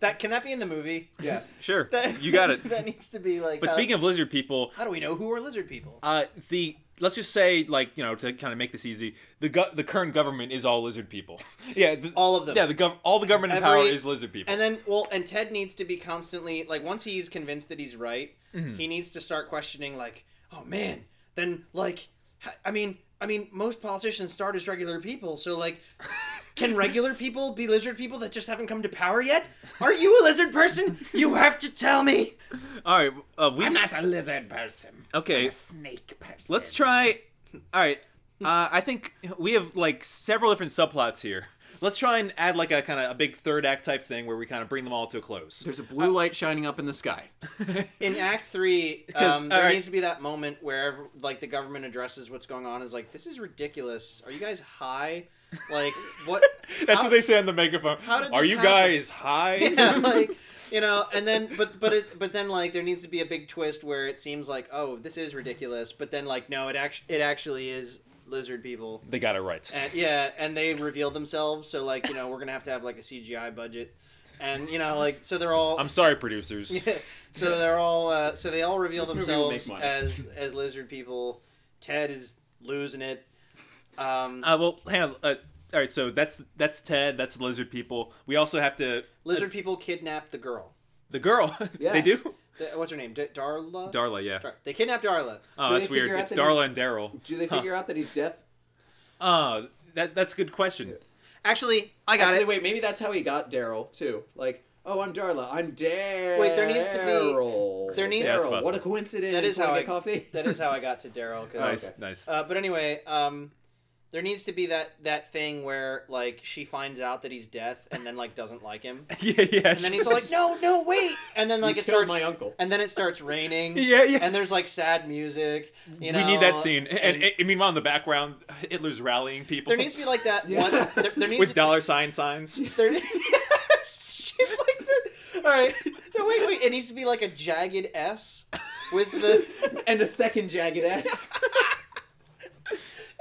Speaker 1: That can that be in the movie? [LAUGHS]
Speaker 3: Yes.
Speaker 2: Sure,
Speaker 1: That,
Speaker 2: you got
Speaker 1: [LAUGHS]
Speaker 2: it.
Speaker 1: that needs to be like.
Speaker 2: But
Speaker 1: how,
Speaker 2: speaking of lizard people,
Speaker 1: how do we know who are lizard people?
Speaker 2: uh, the let's just say like you know to kind of make this easy the go- the current government is all
Speaker 1: [LAUGHS]
Speaker 2: lizard people yeah the,
Speaker 1: All of them.
Speaker 2: yeah the gov- all the government in
Speaker 1: Every-
Speaker 2: power is lizard people
Speaker 1: And then, well, and Ted needs to be constantly like once he's convinced that he's right,
Speaker 2: Mm-hmm.
Speaker 1: he needs to start questioning like, oh man, then like, h- I mean, I mean, most politicians start as regular people, so
Speaker 2: [LAUGHS]
Speaker 1: like. Can regular people be lizard people that just haven't come to power yet? Are you a lizard person? You have to tell me.
Speaker 2: all right uh, we
Speaker 3: a lizard person.
Speaker 2: okay
Speaker 3: snake person.
Speaker 2: Oh. let's try all right uh, i think we have like several different subplots here let's try and add like a kind of a big third act type thing where we kind of bring them all to a close
Speaker 3: There's a blue light shining up in the sky.
Speaker 1: in Act Three,
Speaker 2: [LAUGHS] 'Cause-
Speaker 1: um, there
Speaker 2: alright.
Speaker 1: needs to be that moment where like the government addresses what's going on. Is like this is ridiculous. Are you guys high? Like what?
Speaker 2: [LAUGHS] That's
Speaker 1: how-
Speaker 2: what they say on the megaphone.
Speaker 1: how did
Speaker 2: Are
Speaker 1: this
Speaker 2: you
Speaker 1: happen?"
Speaker 2: guys high?
Speaker 1: [LAUGHS] yeah, like you know, and then but but it but then like there needs to be a big twist where it seems like oh this is ridiculous, but then like no it actually it actually is lizard people.
Speaker 2: They got it right.
Speaker 1: And, yeah, and they reveal themselves, so like you know we're gonna have to have like a CGI budget, and you know like so they're all
Speaker 2: I'm sorry, producers.
Speaker 1: so they're all uh, so they all reveal
Speaker 5: This movie will make
Speaker 1: themselves
Speaker 5: money.
Speaker 1: as as lizard people. Ted is losing it. Um,
Speaker 6: Uh, well, hang on. Uh, all right, so that's that's Ted. That's the lizard people. We also have to
Speaker 1: lizard people kidnap the girl.
Speaker 6: the girl. [LAUGHS] they
Speaker 3: Yes.
Speaker 6: do.
Speaker 1: The- What's her name? D- Darla.
Speaker 6: Darla, yeah.
Speaker 1: Dar- they kidnap Darla.
Speaker 6: oh,
Speaker 3: Do
Speaker 6: that's
Speaker 3: they
Speaker 6: weird.
Speaker 3: figure out
Speaker 6: It's
Speaker 3: that he's-
Speaker 6: Darla and Daryl.
Speaker 3: Do they figure out that he's deaf?
Speaker 6: Uh, that that's a good question.
Speaker 1: Actually, I got
Speaker 3: Actually,
Speaker 1: it.
Speaker 3: wait, maybe that's how he got Daryl too. Like, oh, I'm Darla. I'm Daryl.
Speaker 1: there needs to be- there needs-
Speaker 2: Yeah, that's
Speaker 3: Daryl. What
Speaker 2: possible.
Speaker 3: a coincidence.
Speaker 1: That is
Speaker 3: Wanna
Speaker 1: how
Speaker 3: get
Speaker 1: I- [LAUGHS]
Speaker 3: coffee.
Speaker 1: That is how I got to Daryl. 'cause-
Speaker 2: Nice,
Speaker 3: okay.
Speaker 2: nice.
Speaker 1: Uh, but anyway, um, there needs to be that that thing where like she finds out that he's deaf and then like doesn't like him,
Speaker 6: [LAUGHS] yeah, yeah.
Speaker 1: and
Speaker 2: [LAUGHS]
Speaker 1: then he's like, no, no, wait, and then like
Speaker 3: You
Speaker 1: it
Speaker 3: killed
Speaker 1: starts, [LAUGHS]
Speaker 3: my uncle.
Speaker 1: and then it starts
Speaker 2: [LAUGHS]
Speaker 6: [LAUGHS]
Speaker 1: raining.
Speaker 6: Yeah, yeah.
Speaker 1: And there's like sad music. You know,
Speaker 2: we need that scene. And,
Speaker 1: and
Speaker 2: and, meanwhile, in the background, Hitler's rallying people
Speaker 1: there needs to
Speaker 6: [LAUGHS]
Speaker 1: be like that one. There, there needs
Speaker 2: with
Speaker 1: to,
Speaker 2: dollar sign signs.
Speaker 1: There, shit like that. All right. No, wait, wait. It needs to be like a jagged S with the.
Speaker 3: [LAUGHS] And a second [LAUGHS] jagged S.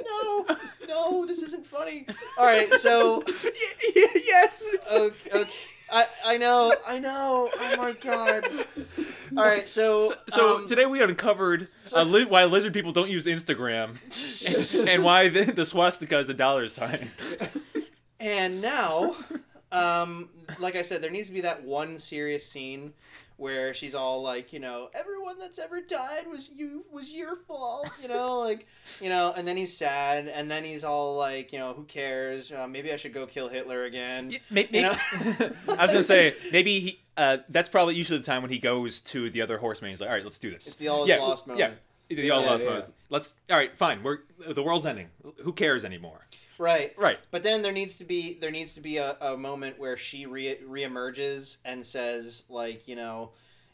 Speaker 1: No, [LAUGHS]
Speaker 6: [LAUGHS]
Speaker 1: no, this isn't funny. All right, so
Speaker 6: yes.
Speaker 1: okay, okay. I I know, I know. Oh my god. All right, so
Speaker 2: So
Speaker 1: um,
Speaker 2: today we uncovered uh, li- why lizard people don't use [LAUGHS] Instagram and why the, the swastika is a dollar sign.
Speaker 1: and now, um, like I said, there needs to be that one serious scene where she's all like, you know, everyone that's ever died was you was your fault, you know, like, you know, and then he's sad, and then he's all like, you know, who cares? Uh, maybe I should go kill Hitler again. You know?
Speaker 2: I was gonna say maybe he. Uh, that's probably usually the time when he goes to the other horseman. He's like, "All right, let's do this."
Speaker 1: It's the all is
Speaker 2: yeah,
Speaker 1: lost
Speaker 2: yeah,
Speaker 1: moment.
Speaker 2: Yeah, the all
Speaker 3: Yeah,
Speaker 2: lost
Speaker 3: yeah.
Speaker 2: moment. Let's. All right, fine. We're the world's ending. Who cares anymore?
Speaker 1: Right.
Speaker 2: Right.
Speaker 1: But then there needs to be there needs to be a, a moment where she re reemerges and says like you know,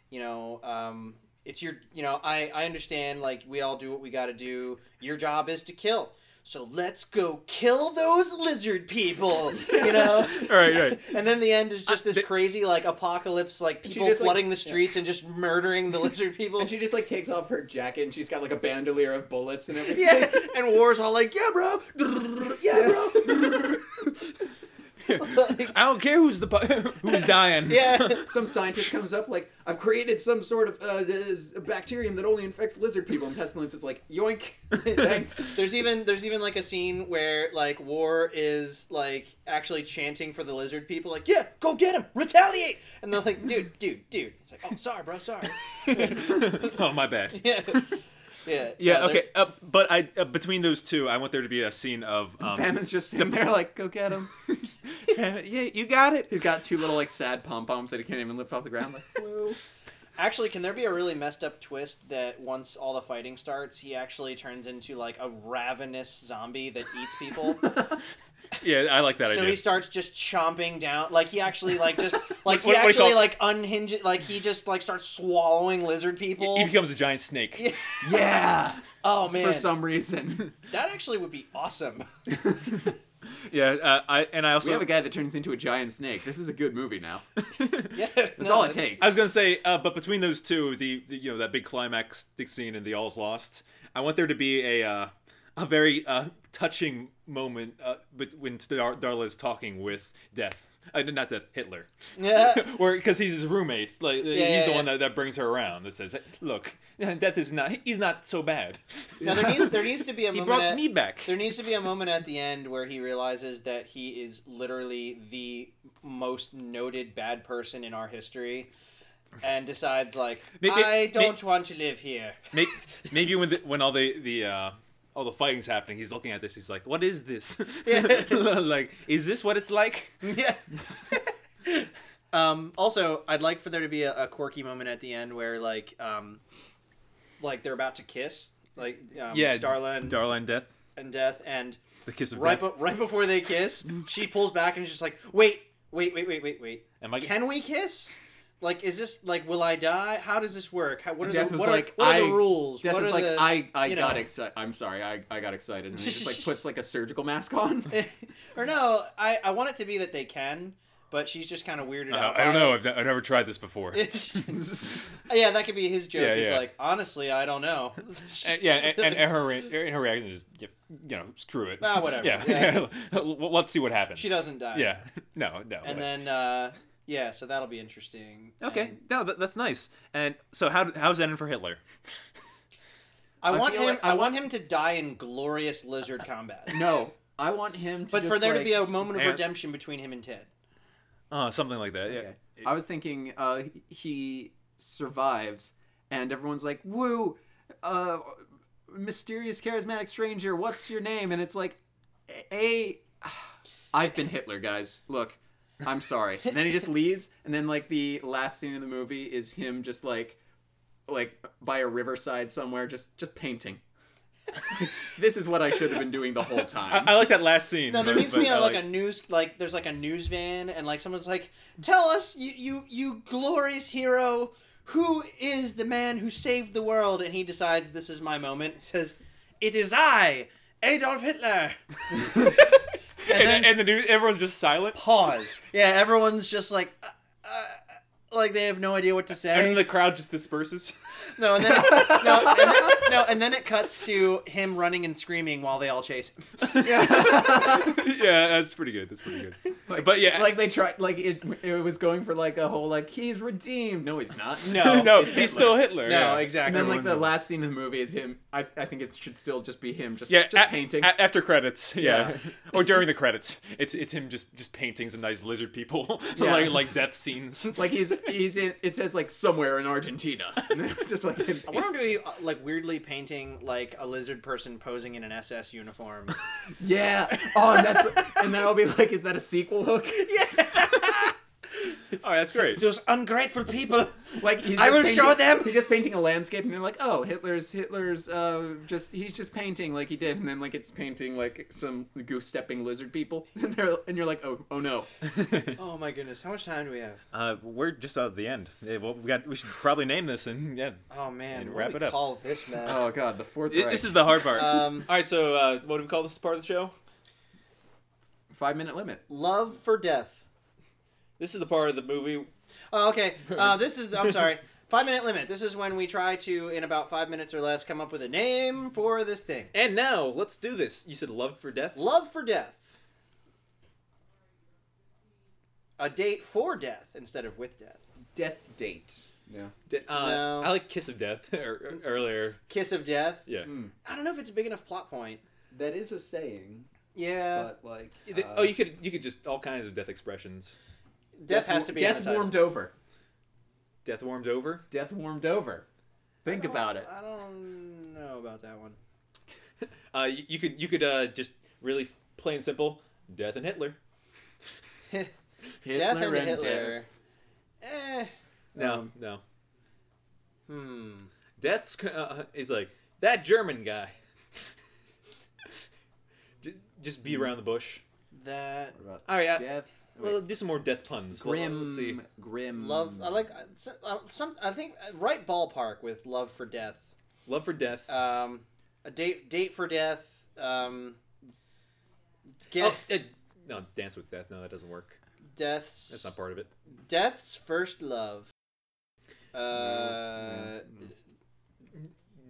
Speaker 1: you know, um, it's your you know I I understand like we all do what we got to do. Your job is to kill. So let's go kill those lizard people, you know.
Speaker 2: All right, right.
Speaker 1: And then the end is just this
Speaker 2: they-
Speaker 1: crazy like apocalypse, like people
Speaker 3: just, like-
Speaker 1: flooding the streets and just murdering the lizard people.
Speaker 3: And she just like takes off her jacket and she's got like a bandolier of bullets and everything. [LAUGHS]
Speaker 1: yeah, and War's all like, yeah, bro, yeah, bro. Like,
Speaker 2: [LAUGHS] I don't care who's the pu- [LAUGHS] who's
Speaker 1: [LAUGHS]
Speaker 2: dying.
Speaker 1: yeah.
Speaker 3: Some scientist comes up like, I've created some sort of uh, this bacterium that only infects lizard people. And Pestilence is like, yoink. [LAUGHS] Thanks.
Speaker 1: There's even there's even like a scene where like War is like actually chanting for the lizard people, like yeah, go get him, retaliate, and they're like, dude, dude, dude. It's like, oh, sorry, bro,
Speaker 2: [LAUGHS]
Speaker 1: sorry.
Speaker 2: [LAUGHS] oh my bad.
Speaker 1: Yeah, yeah,
Speaker 2: Yeah.
Speaker 1: no, they're-
Speaker 2: okay. Uh, but I uh, between those two, I want there to be a scene of um,
Speaker 3: Batman's just sitting there like, go
Speaker 1: [LAUGHS]
Speaker 3: get him.
Speaker 2: yeah, you got it.
Speaker 3: He's got two little like sad pom poms that he can't even lift off the ground.
Speaker 1: [LAUGHS]
Speaker 3: Like, whoa.
Speaker 1: Actually, can there be a really messed up twist that once all the fighting starts, he actually turns into like a ravenous zombie that eats
Speaker 2: [LAUGHS]
Speaker 1: people?
Speaker 2: Yeah, I like that
Speaker 1: so
Speaker 2: idea.
Speaker 1: he starts just chomping down like he actually like just like he
Speaker 2: [LAUGHS] What- what do you
Speaker 1: actually
Speaker 2: call-
Speaker 1: like unhinges like he just like starts swallowing lizard people.
Speaker 2: He becomes a giant snake.
Speaker 3: yeah.
Speaker 1: oh man.
Speaker 3: For
Speaker 1: [LAUGHS]
Speaker 3: some reason.
Speaker 1: That actually would be awesome.
Speaker 2: Yeah, uh, I and I also
Speaker 3: We have a guy that turns into a giant snake. This is a good
Speaker 1: [LAUGHS]
Speaker 3: movie now.
Speaker 2: [LAUGHS]
Speaker 1: yeah,
Speaker 3: That's all it takes.
Speaker 2: I was gonna say, uh, but between those two, the, the you know that big climax scene and the all's lost, I want there to be a uh, a very uh, touching moment, uh, but when Dar- Darla is talking with Death, uh, not Death, Hitler,
Speaker 1: [LAUGHS]
Speaker 2: [LAUGHS]
Speaker 1: Yeah.
Speaker 2: where because he's his roommate, like he's
Speaker 1: yeah,
Speaker 2: the
Speaker 1: yeah.
Speaker 2: one that, that brings her around that says, "Look, [LAUGHS] Death is not he's not so bad.
Speaker 1: Now there needs there needs to be a
Speaker 2: He
Speaker 1: moment.
Speaker 2: brought
Speaker 1: at,
Speaker 2: me back."
Speaker 1: There needs to be a moment at the end where he realizes that he is literally the most noted bad person in our history, and decides like
Speaker 2: May- may-
Speaker 1: I don't want to live here. [LAUGHS]
Speaker 2: Maybe, maybe when the, when all the the uh, all the fighting's happening, he's looking at this. He's like, "What is this? [LAUGHS] like, is this what it's like?" [LAUGHS]
Speaker 1: yeah. um, also, I'd like for there to be a, a quirky moment at the end where like um, like they're about to kiss, like um,
Speaker 2: Yeah,
Speaker 1: Darla and,
Speaker 2: Darla and Death,
Speaker 1: and Death and.
Speaker 2: the kiss of
Speaker 1: right,
Speaker 2: death.
Speaker 1: be- right before they
Speaker 3: [LAUGHS]
Speaker 1: kiss, she pulls back and is just like, wait, wait, wait, wait, wait, wait.
Speaker 2: Am I?
Speaker 1: Can we kiss? Like, is this like, will I die? How does this work? How, what are
Speaker 3: Death
Speaker 1: the
Speaker 3: was
Speaker 1: what,
Speaker 3: like,
Speaker 1: are, what are
Speaker 3: I-
Speaker 1: the rules?
Speaker 3: Death
Speaker 1: what
Speaker 3: is
Speaker 1: are
Speaker 3: like,
Speaker 1: the,
Speaker 3: I, I
Speaker 1: you
Speaker 3: got
Speaker 1: know.
Speaker 3: excited. I'm sorry, I, I got
Speaker 1: [LAUGHS]
Speaker 3: excited. And he just like puts like a surgical mask on.
Speaker 1: or no? I I want it to be that they can, but she's just kind of weirded
Speaker 7: Uh,
Speaker 1: out.
Speaker 7: I don't
Speaker 1: by
Speaker 7: know. I've, I've never tried this
Speaker 1: [LAUGHS]
Speaker 7: before.
Speaker 1: it. yeah, that could be his joke.
Speaker 7: Yeah,
Speaker 1: He's
Speaker 7: yeah.
Speaker 1: like, honestly, I don't
Speaker 3: [LAUGHS]
Speaker 1: know. [LAUGHS]
Speaker 7: And- yeah, and, and, and her re- and her reaction is, you know, screw it.
Speaker 1: Ah, whatever,
Speaker 7: Yeah,
Speaker 1: yeah.
Speaker 7: Well, [LAUGHS] let's see what happens.
Speaker 1: She doesn't die.
Speaker 7: Yeah, no, no.
Speaker 1: and then uh, yeah, so that'll be interesting.
Speaker 2: Okay,
Speaker 1: And
Speaker 2: no, that, that's nice. And so, how how's that in for Hitler?
Speaker 1: I, want
Speaker 3: feel
Speaker 1: him.
Speaker 3: like I
Speaker 1: I, want him to die in glorious lizard
Speaker 3: [LAUGHS]
Speaker 1: combat.
Speaker 3: no, I want him to.
Speaker 1: But for
Speaker 3: just,
Speaker 1: there to
Speaker 3: like-
Speaker 1: be a moment of
Speaker 2: Yeah.
Speaker 1: redemption between him and Ted.
Speaker 2: Uh, something like that. Yeah.
Speaker 3: Okay. I was thinking uh, he survives, and everyone's like, "Woo, uh, mysterious charismatic stranger, what's your name?" And it's like, "A, [SIGHS] I've been Hitler, guys. Look, I'm sorry." And then he just leaves, and then like the last scene of the movie is him just like, like by a riverside somewhere, just just painting. [LAUGHS] this is what I should have been doing the whole time.
Speaker 7: I, I like that last scene.
Speaker 1: No, there
Speaker 7: but-
Speaker 1: needs to be
Speaker 7: but uh, I
Speaker 1: a, like a news like there's like a news van and like someone's like, "Tell us, you you you glorious hero, who is the man who saved the world?" And he decides this is my moment. He says, "It is I, Adolf Hitler."
Speaker 7: and, and, the news, everyone's just silent.
Speaker 1: [LAUGHS] Pause. Yeah, everyone's just like. Uh, uh, like they have no idea what to say.
Speaker 7: And then the crowd just disperses. [LAUGHS]
Speaker 1: No, and then no, and then, no, and then it cuts to him running and screaming while they all chase him.
Speaker 7: yeah, that's pretty good. That's pretty good. but yeah,
Speaker 2: [LAUGHS]
Speaker 3: Like they tried, like it, it was going for like a whole like he's redeemed. No, he's not.
Speaker 1: [LAUGHS] No,
Speaker 7: no,
Speaker 3: it's
Speaker 7: he's
Speaker 3: Hitler.
Speaker 7: still Hitler.
Speaker 1: no,
Speaker 7: yeah.
Speaker 1: exactly.
Speaker 3: And then like the
Speaker 7: Everyone-
Speaker 3: last scene of the movie is him. I, I think it should still just be him, just
Speaker 7: Yeah,
Speaker 3: just
Speaker 7: a-
Speaker 3: painting.
Speaker 7: a- after credits. Yeah,
Speaker 2: [LAUGHS]
Speaker 7: or during the credits, it's it's him just just painting some nice lizard
Speaker 2: [LAUGHS]
Speaker 7: people,
Speaker 3: Yeah.
Speaker 7: like like death
Speaker 3: [LAUGHS]
Speaker 7: scenes.
Speaker 3: like he's he's in. It says like somewhere
Speaker 1: [LAUGHS]
Speaker 3: in Argentina. And then it's just like him-
Speaker 1: I wonder if he, uh, like weirdly painting like a lizard person posing in an SS uniform.
Speaker 3: yeah. Oh, and that's and then I'll be like, is that a sequel hook?
Speaker 7: Oh, that's great.
Speaker 1: Those ungrateful
Speaker 2: [LAUGHS]
Speaker 1: people.
Speaker 3: Like he's
Speaker 1: I
Speaker 3: just
Speaker 1: will
Speaker 3: painting-
Speaker 1: show them.
Speaker 3: He's just painting a landscape, and you're like, oh, Hitler's Hitler's uh just he's just painting like he did, and then like it's painting like some goose stepping lizard people, [LAUGHS] and they're and you're like, oh oh no.
Speaker 1: Oh my goodness, how much time do we have?
Speaker 2: Uh, we're just out of the end. Yeah, well, we got. We should probably name this and yeah.
Speaker 1: Oh man,
Speaker 2: And
Speaker 1: what
Speaker 2: wrap
Speaker 1: do
Speaker 2: it
Speaker 1: we
Speaker 2: up.
Speaker 1: call this mess?
Speaker 3: Oh god, the fourth.
Speaker 2: Th-
Speaker 3: Reich.
Speaker 2: This is the hard part.
Speaker 1: Um,
Speaker 2: [LAUGHS] All right, so uh, what do we call this part of the show?
Speaker 3: five minute limit.
Speaker 1: Love for death.
Speaker 2: This is the part of the movie.
Speaker 1: Oh, okay.
Speaker 2: [LAUGHS]
Speaker 1: Uh, this is. I'm sorry. Five minute limit. This is when we try to, in about five minutes or less, come up with a name for this thing.
Speaker 2: And now, let's do this. You said love for death.
Speaker 1: Love for death. A date for death instead of with death.
Speaker 3: Death date. Yeah.
Speaker 2: D- uh,
Speaker 1: No.
Speaker 2: I like kiss of death [LAUGHS] er- er- earlier.
Speaker 1: Kiss of death.
Speaker 7: Yeah.
Speaker 3: Hmm.
Speaker 1: I don't know if it's a big enough plot point.
Speaker 3: That is a saying,
Speaker 1: Yeah.
Speaker 3: but like, uh,
Speaker 2: Th- oh, you could you could just all kinds of death expressions.
Speaker 1: death, has to be
Speaker 3: Death
Speaker 1: in the title.
Speaker 3: warmed over.
Speaker 2: Death warmed over.
Speaker 3: Death warmed over. Think about it.
Speaker 1: I don't know about that one.
Speaker 2: Uh, you, you could you could uh, just really plain simple death and Hitler.
Speaker 1: [LAUGHS] death and
Speaker 3: and
Speaker 1: Hitler. Eh.
Speaker 2: No, no.
Speaker 1: Hmm.
Speaker 2: Death's uh, is like that German guy. [LAUGHS] J- just be around the bush.
Speaker 1: That
Speaker 3: What about
Speaker 2: Hmm. All right, uh,
Speaker 3: death?
Speaker 2: well, do some more death puns. Let-
Speaker 3: grim.
Speaker 2: Let's see.
Speaker 3: Grim.
Speaker 1: love. I like uh, s- uh, some. I think uh, right ballpark with love for death.
Speaker 2: Love for death.
Speaker 1: Um, a date date for death. Um, get
Speaker 2: Oh, uh, no, dance with death. No, that doesn't work.
Speaker 1: deaths.
Speaker 2: That's not part of it.
Speaker 1: Death's first love. Uh,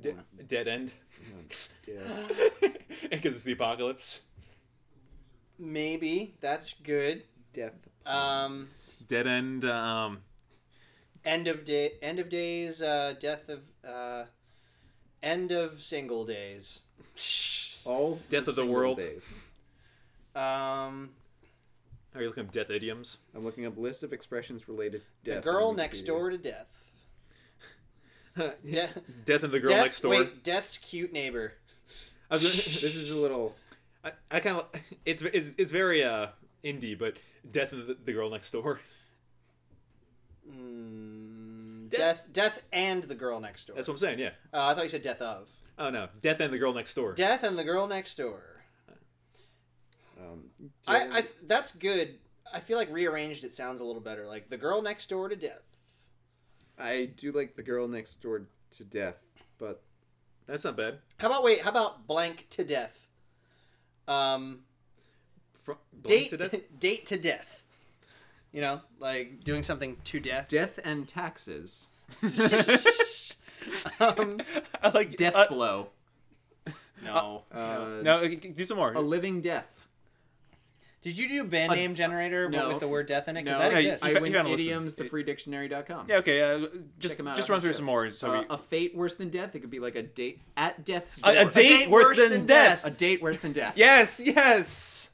Speaker 2: De- dead end. [LAUGHS]
Speaker 3: Yeah.
Speaker 2: Because it's the apocalypse.
Speaker 1: maybe that's good.
Speaker 3: death.
Speaker 1: Um,
Speaker 2: Dead end. Um,
Speaker 1: end of day, end of days, uh, death of, uh, end of single
Speaker 2: [LAUGHS]
Speaker 1: days.
Speaker 3: All
Speaker 2: Death of the
Speaker 3: single
Speaker 2: world.
Speaker 3: Days.
Speaker 1: Um,
Speaker 2: are you looking up death idioms?
Speaker 3: I'm looking up list of expressions related. to
Speaker 1: the
Speaker 3: death
Speaker 1: girl
Speaker 3: on
Speaker 1: next
Speaker 3: Wikipedia.
Speaker 1: door to
Speaker 2: [LAUGHS]
Speaker 1: death. De-
Speaker 2: Death and the girl
Speaker 1: death's,
Speaker 2: next door.
Speaker 1: Wait, death's cute neighbor.
Speaker 2: I was gonna-
Speaker 3: this is a little.
Speaker 2: I, I kind of [LAUGHS] it's, it's it's very uh indie, but Death and the, the Girl Next Door.
Speaker 1: Mm,
Speaker 2: Death-
Speaker 1: death, death, and the girl next door.
Speaker 2: That's what I'm saying. Yeah.
Speaker 1: Uh, I thought you said death of.
Speaker 2: Oh no, Death and the Girl Next Door.
Speaker 1: Death and the girl next door.
Speaker 3: Um,
Speaker 1: I, I that's good. I feel like rearranged it sounds a little better. Like the girl next door to death.
Speaker 3: I do like the girl next door to death, but
Speaker 2: That's not bad.
Speaker 1: How about wait? How about blank to death? Um,
Speaker 2: From,
Speaker 1: date [LAUGHS]
Speaker 2: to death?
Speaker 1: date to death. You know, like doing something to death.
Speaker 3: death and taxes,
Speaker 1: um,
Speaker 2: I like
Speaker 3: death
Speaker 2: uh,
Speaker 3: blow,
Speaker 1: no.
Speaker 3: uh,
Speaker 2: no, okay, do some more.
Speaker 3: a living death.
Speaker 1: Did you do band name generator but
Speaker 3: no.
Speaker 1: with the word death in it? Because
Speaker 3: No,
Speaker 1: that
Speaker 2: I-
Speaker 1: exists.
Speaker 3: I
Speaker 2: You
Speaker 3: win
Speaker 2: gotta listen.
Speaker 3: idioms, thefreedictionary.com.
Speaker 2: yeah, okay. Uh, just
Speaker 3: them out,
Speaker 2: just
Speaker 3: I'm
Speaker 2: run through
Speaker 3: sure.
Speaker 2: some more. So
Speaker 3: Uh,
Speaker 2: we,
Speaker 3: a fate worse than death. It could be like a date at death's door.
Speaker 2: a, a, date worse, than, death.
Speaker 3: A date worse than death.
Speaker 2: Yes, yes.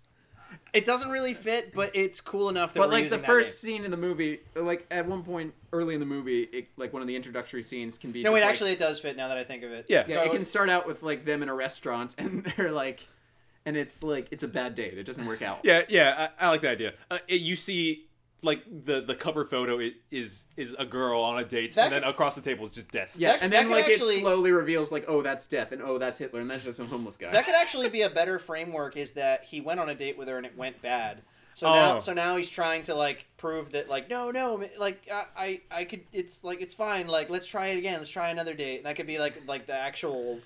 Speaker 1: It doesn't really fit, but it's cool enough that
Speaker 3: But
Speaker 1: we're
Speaker 3: like the
Speaker 1: using that
Speaker 3: first
Speaker 1: name.
Speaker 3: scene in the movie, like at one point early in the movie, it, like one of the introductory scenes can be.
Speaker 1: No,
Speaker 3: just,
Speaker 1: wait.
Speaker 3: like-
Speaker 1: Actually, uh, it does fit now that I think of it.
Speaker 2: Yeah.
Speaker 3: yeah,
Speaker 1: No,
Speaker 3: it can start out with like them in a restaurant and [LAUGHS] they're like, and it's like it's a bad date. It doesn't work out.
Speaker 2: Yeah, yeah. I, I like that idea. Uh, it- you see, like the the cover photo i- is is a girl on a date,
Speaker 1: That
Speaker 2: and then
Speaker 1: could-
Speaker 2: across the table is just death.
Speaker 3: Yeah,
Speaker 1: That-
Speaker 3: and
Speaker 1: that
Speaker 3: then
Speaker 1: could
Speaker 3: like
Speaker 1: actually-
Speaker 3: it slowly reveals like, oh, that's death, and oh, that's Hitler, and that's just some homeless guy.
Speaker 1: That could actually be a better framework. Is that he went on a date with her and it went bad. So
Speaker 2: Oh.
Speaker 1: now, so now he's trying to like prove that like no, no, m- like I, I, I could. It's like it's fine. Like let's try it again. Let's try another date. And that could be like like the actual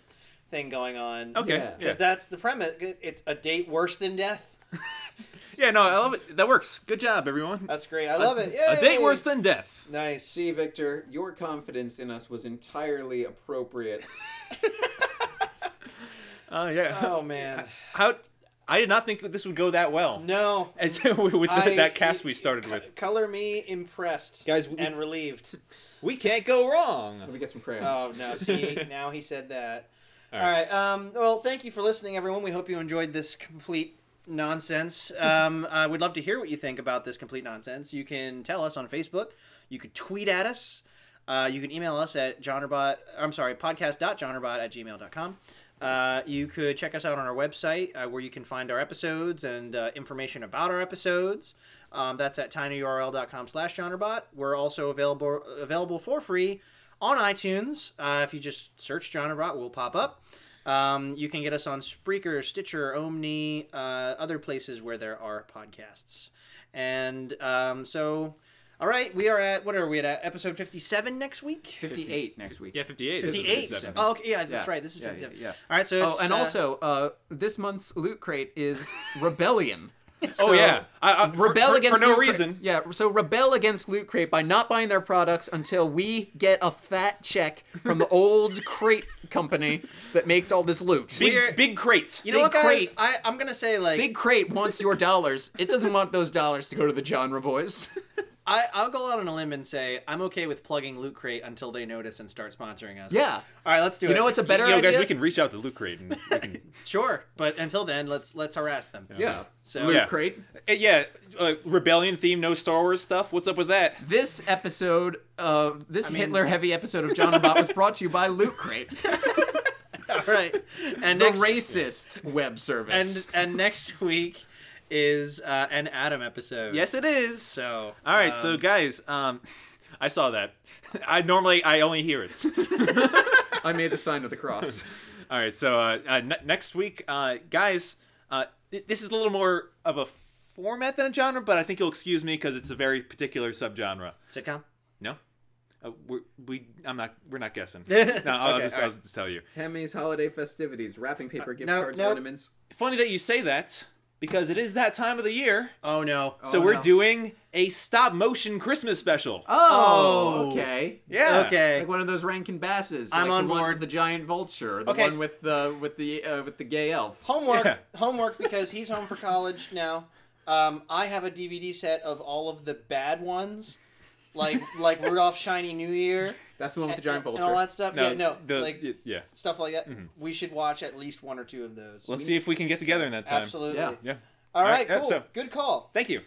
Speaker 1: thing going on.
Speaker 2: Okay.
Speaker 3: Yeah.
Speaker 2: Yeah.
Speaker 1: Because
Speaker 2: Yeah.
Speaker 1: that's the premise. It's a date worse than death.
Speaker 2: No, I love it. That works. Good job, everyone.
Speaker 1: That's great. I love it.
Speaker 2: A date
Speaker 1: Yay!
Speaker 2: worse than death.
Speaker 1: Nice.
Speaker 3: See, Victor, your confidence in us was entirely appropriate.
Speaker 2: Oh yeah.
Speaker 1: Oh man.
Speaker 2: How? I did not think this would go that well.
Speaker 1: No.
Speaker 2: As [LAUGHS] with
Speaker 1: I-
Speaker 2: that cast we started with,
Speaker 1: Color me impressed,
Speaker 2: Guys, we-
Speaker 1: and
Speaker 2: [LAUGHS]
Speaker 1: relieved.
Speaker 2: we can't go
Speaker 3: Let
Speaker 2: wrong.
Speaker 3: me get some crayons. [LAUGHS]
Speaker 1: Oh no! See, now he said that. All
Speaker 2: All
Speaker 1: right. Um, well, thank you for listening, everyone. We hope you enjoyed this complete nonsense. Um, [LAUGHS] I would love to hear what you think about this complete nonsense. You can tell us on Facebook. You could tweet at us. Uh, you can email us at genrebot. I'm sorry, podcast.genrebot at gmail.com. Uh, you could check us out on our website uh, where you can find our episodes and uh, information about our episodes. Um, that's at tinyurl.com slash genrebot. We're also available available for free on iTunes. Uh, if you just search genrebot, we'll pop up. Um, you can get us on Spreaker, Stitcher, Omni, uh, other places where there are podcasts. And um, so, all right, we are at, what are we at, uh, episode 57 next week?
Speaker 3: 58 next week.
Speaker 2: Yeah, fifty-eight.
Speaker 3: Fifty-
Speaker 1: 58.
Speaker 3: 57.
Speaker 1: Oh, okay, yeah, that's
Speaker 3: Yeah.
Speaker 1: right. This is
Speaker 3: Yeah,
Speaker 1: 57.
Speaker 3: yeah, yeah.
Speaker 1: All right, so
Speaker 3: Oh,
Speaker 1: it's,
Speaker 3: and
Speaker 1: uh,
Speaker 3: also, uh, this month's loot crate
Speaker 2: [LAUGHS]
Speaker 3: is Rebellion.
Speaker 2: Oh
Speaker 3: So,
Speaker 2: yeah. I, I, for-
Speaker 3: Rebel
Speaker 2: for, for,
Speaker 3: against
Speaker 2: no
Speaker 3: Loot Crate-
Speaker 2: reason.
Speaker 3: Yeah, so rebel against Loot Crate by not buying their products until we get a fat check from
Speaker 2: [LAUGHS]
Speaker 3: the old crate company that makes all this loot.
Speaker 1: We're-
Speaker 2: Big, big crate.
Speaker 1: you know what,
Speaker 3: Big
Speaker 1: guys?
Speaker 3: Crate-
Speaker 1: I, I'm going to say, like,
Speaker 3: Big Crate wants your dollars. It doesn't want those dollars to go to the genre boys.
Speaker 1: I, I'll go out on a limb and say I'm okay with plugging Loot Crate until they notice and start sponsoring us.
Speaker 3: Yeah.
Speaker 1: All right, let's do it.
Speaker 3: You know what's a better
Speaker 2: Yo,
Speaker 3: idea?
Speaker 2: guys, we can reach out to Uh, Loot Crate. [LAUGHS] And we can,
Speaker 1: Sure, but until then, let's let's harass them.
Speaker 3: Yeah.
Speaker 1: So,
Speaker 3: Loot
Speaker 2: Yeah.
Speaker 3: Crate.
Speaker 2: Uh, yeah, uh, rebellion theme, no Star Wars stuff. What's up with that?
Speaker 3: This episode of this
Speaker 1: mean-
Speaker 3: Hitler heavy episode of John and Bot was brought to you by Loot [LAUGHS] Crate, the
Speaker 1: [LAUGHS] all right. And next,
Speaker 3: racist web
Speaker 1: and
Speaker 3: service.
Speaker 1: and next [LAUGHS] week is uh, an Adam episode.
Speaker 2: Yes, it is.
Speaker 1: So.
Speaker 2: All right, so guys, um, [LAUGHS] I saw that. [LAUGHS] I normally I only hear it.
Speaker 3: I made the sign of the [LAUGHS] cross.
Speaker 2: All right, so uh, uh, ne- next week, uh, guys, uh, th- this is a little more of a format than a genre, but I think you'll excuse me because it's a very particular subgenre.
Speaker 1: Sitcom.
Speaker 2: No, uh, we're, we I'm not we're
Speaker 1: [LAUGHS]
Speaker 2: not guessing. No, I'll,
Speaker 1: Okay,
Speaker 2: just,
Speaker 1: all
Speaker 2: I'll
Speaker 1: right.
Speaker 2: just tell you.
Speaker 3: Hemi's holiday festivities, wrapping paper, gift
Speaker 1: no,
Speaker 3: cards,
Speaker 1: no.
Speaker 3: ornaments.
Speaker 2: Funny that you say that because it is that time of the year.
Speaker 1: Oh no.
Speaker 2: So
Speaker 3: Oh,
Speaker 2: we're
Speaker 3: no.
Speaker 2: doing a stop motion Christmas special.
Speaker 1: Oh,
Speaker 3: okay.
Speaker 2: yeah.
Speaker 1: okay.
Speaker 3: Like one of those Rankin Basses.
Speaker 1: I'm
Speaker 3: like
Speaker 1: on
Speaker 3: the one
Speaker 1: board.
Speaker 3: with the giant vulture, or the
Speaker 1: Okay.
Speaker 3: one with the with the uh, with the gay elf.
Speaker 1: Homework,
Speaker 2: Yeah.
Speaker 1: homework, because he's home for college now. Um, I have a DVD set of all of the bad ones, like like Rudolph Shiny New Year
Speaker 3: That's the one with the giant
Speaker 1: and,
Speaker 3: vulture.
Speaker 1: and all that stuff. yeah, Mm-hmm. no,
Speaker 2: the-
Speaker 1: like
Speaker 2: y- yeah.
Speaker 1: stuff like that. We should watch at least one or two of those.
Speaker 2: Let's see if we can get together in that time.
Speaker 1: Absolutely.
Speaker 3: Yeah.
Speaker 2: Yeah.
Speaker 1: All
Speaker 2: All
Speaker 1: right.
Speaker 2: right, yeah,
Speaker 1: Cool.
Speaker 2: so-
Speaker 1: Good call.
Speaker 2: Thank you.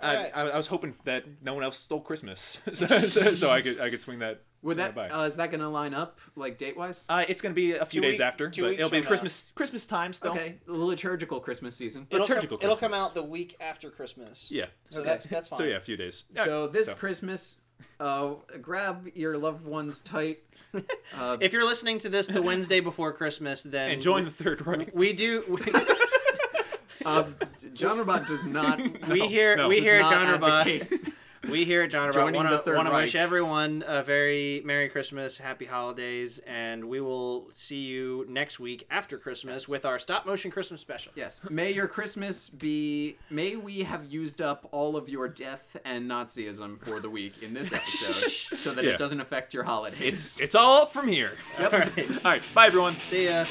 Speaker 2: I,
Speaker 1: right.
Speaker 2: I, I was hoping that no one else stole Christmas, [LAUGHS]
Speaker 1: [LAUGHS]
Speaker 2: so, so, so I could I could swing that.
Speaker 3: Would
Speaker 2: swing
Speaker 3: that
Speaker 2: by.
Speaker 3: uh, is that going to line up like date wise?
Speaker 2: Uh, it's gonna be a few
Speaker 1: Two
Speaker 2: days
Speaker 1: week-
Speaker 2: after,
Speaker 1: two
Speaker 2: but
Speaker 1: weeks
Speaker 2: it'll be
Speaker 1: from now.
Speaker 2: Christmas Christmas time still.
Speaker 3: Okay, liturgical Christmas season.
Speaker 1: It'll come,
Speaker 2: Liturgical
Speaker 1: it'll come
Speaker 2: Christmas.
Speaker 1: out the week after Christmas.
Speaker 2: Yeah.
Speaker 1: So that's that's fine.
Speaker 2: So yeah, a few days.
Speaker 3: so
Speaker 2: Alright,
Speaker 3: this Christmas, uh, grab your loved ones tight.
Speaker 1: If you're listening to this the Wednesday before Christmas, then
Speaker 2: and join the
Speaker 1: [LAUGHS]
Speaker 2: third right.
Speaker 1: we do. We,
Speaker 3: Uh, John Robot does not.
Speaker 1: we here. [LAUGHS]
Speaker 2: no,
Speaker 1: we
Speaker 2: does
Speaker 1: here at
Speaker 3: not
Speaker 1: John Robot
Speaker 3: advocate
Speaker 1: We here at John About
Speaker 3: Joining
Speaker 1: want
Speaker 3: the
Speaker 1: to
Speaker 3: Third
Speaker 1: want to wish
Speaker 3: Reich.
Speaker 1: everyone a very Merry Christmas, Happy Holidays, and we will see you next week after Christmas with our stop motion Christmas special.
Speaker 3: [LAUGHS] Yes. May your Christmas be. May we have used up all of your death and Nazism for the week
Speaker 1: [LAUGHS]
Speaker 3: in this episode, so that
Speaker 7: Yeah.
Speaker 3: it doesn't affect your holidays.
Speaker 7: It's it's all up from here.
Speaker 1: Yep.
Speaker 7: All right, bye everyone.
Speaker 1: See ya.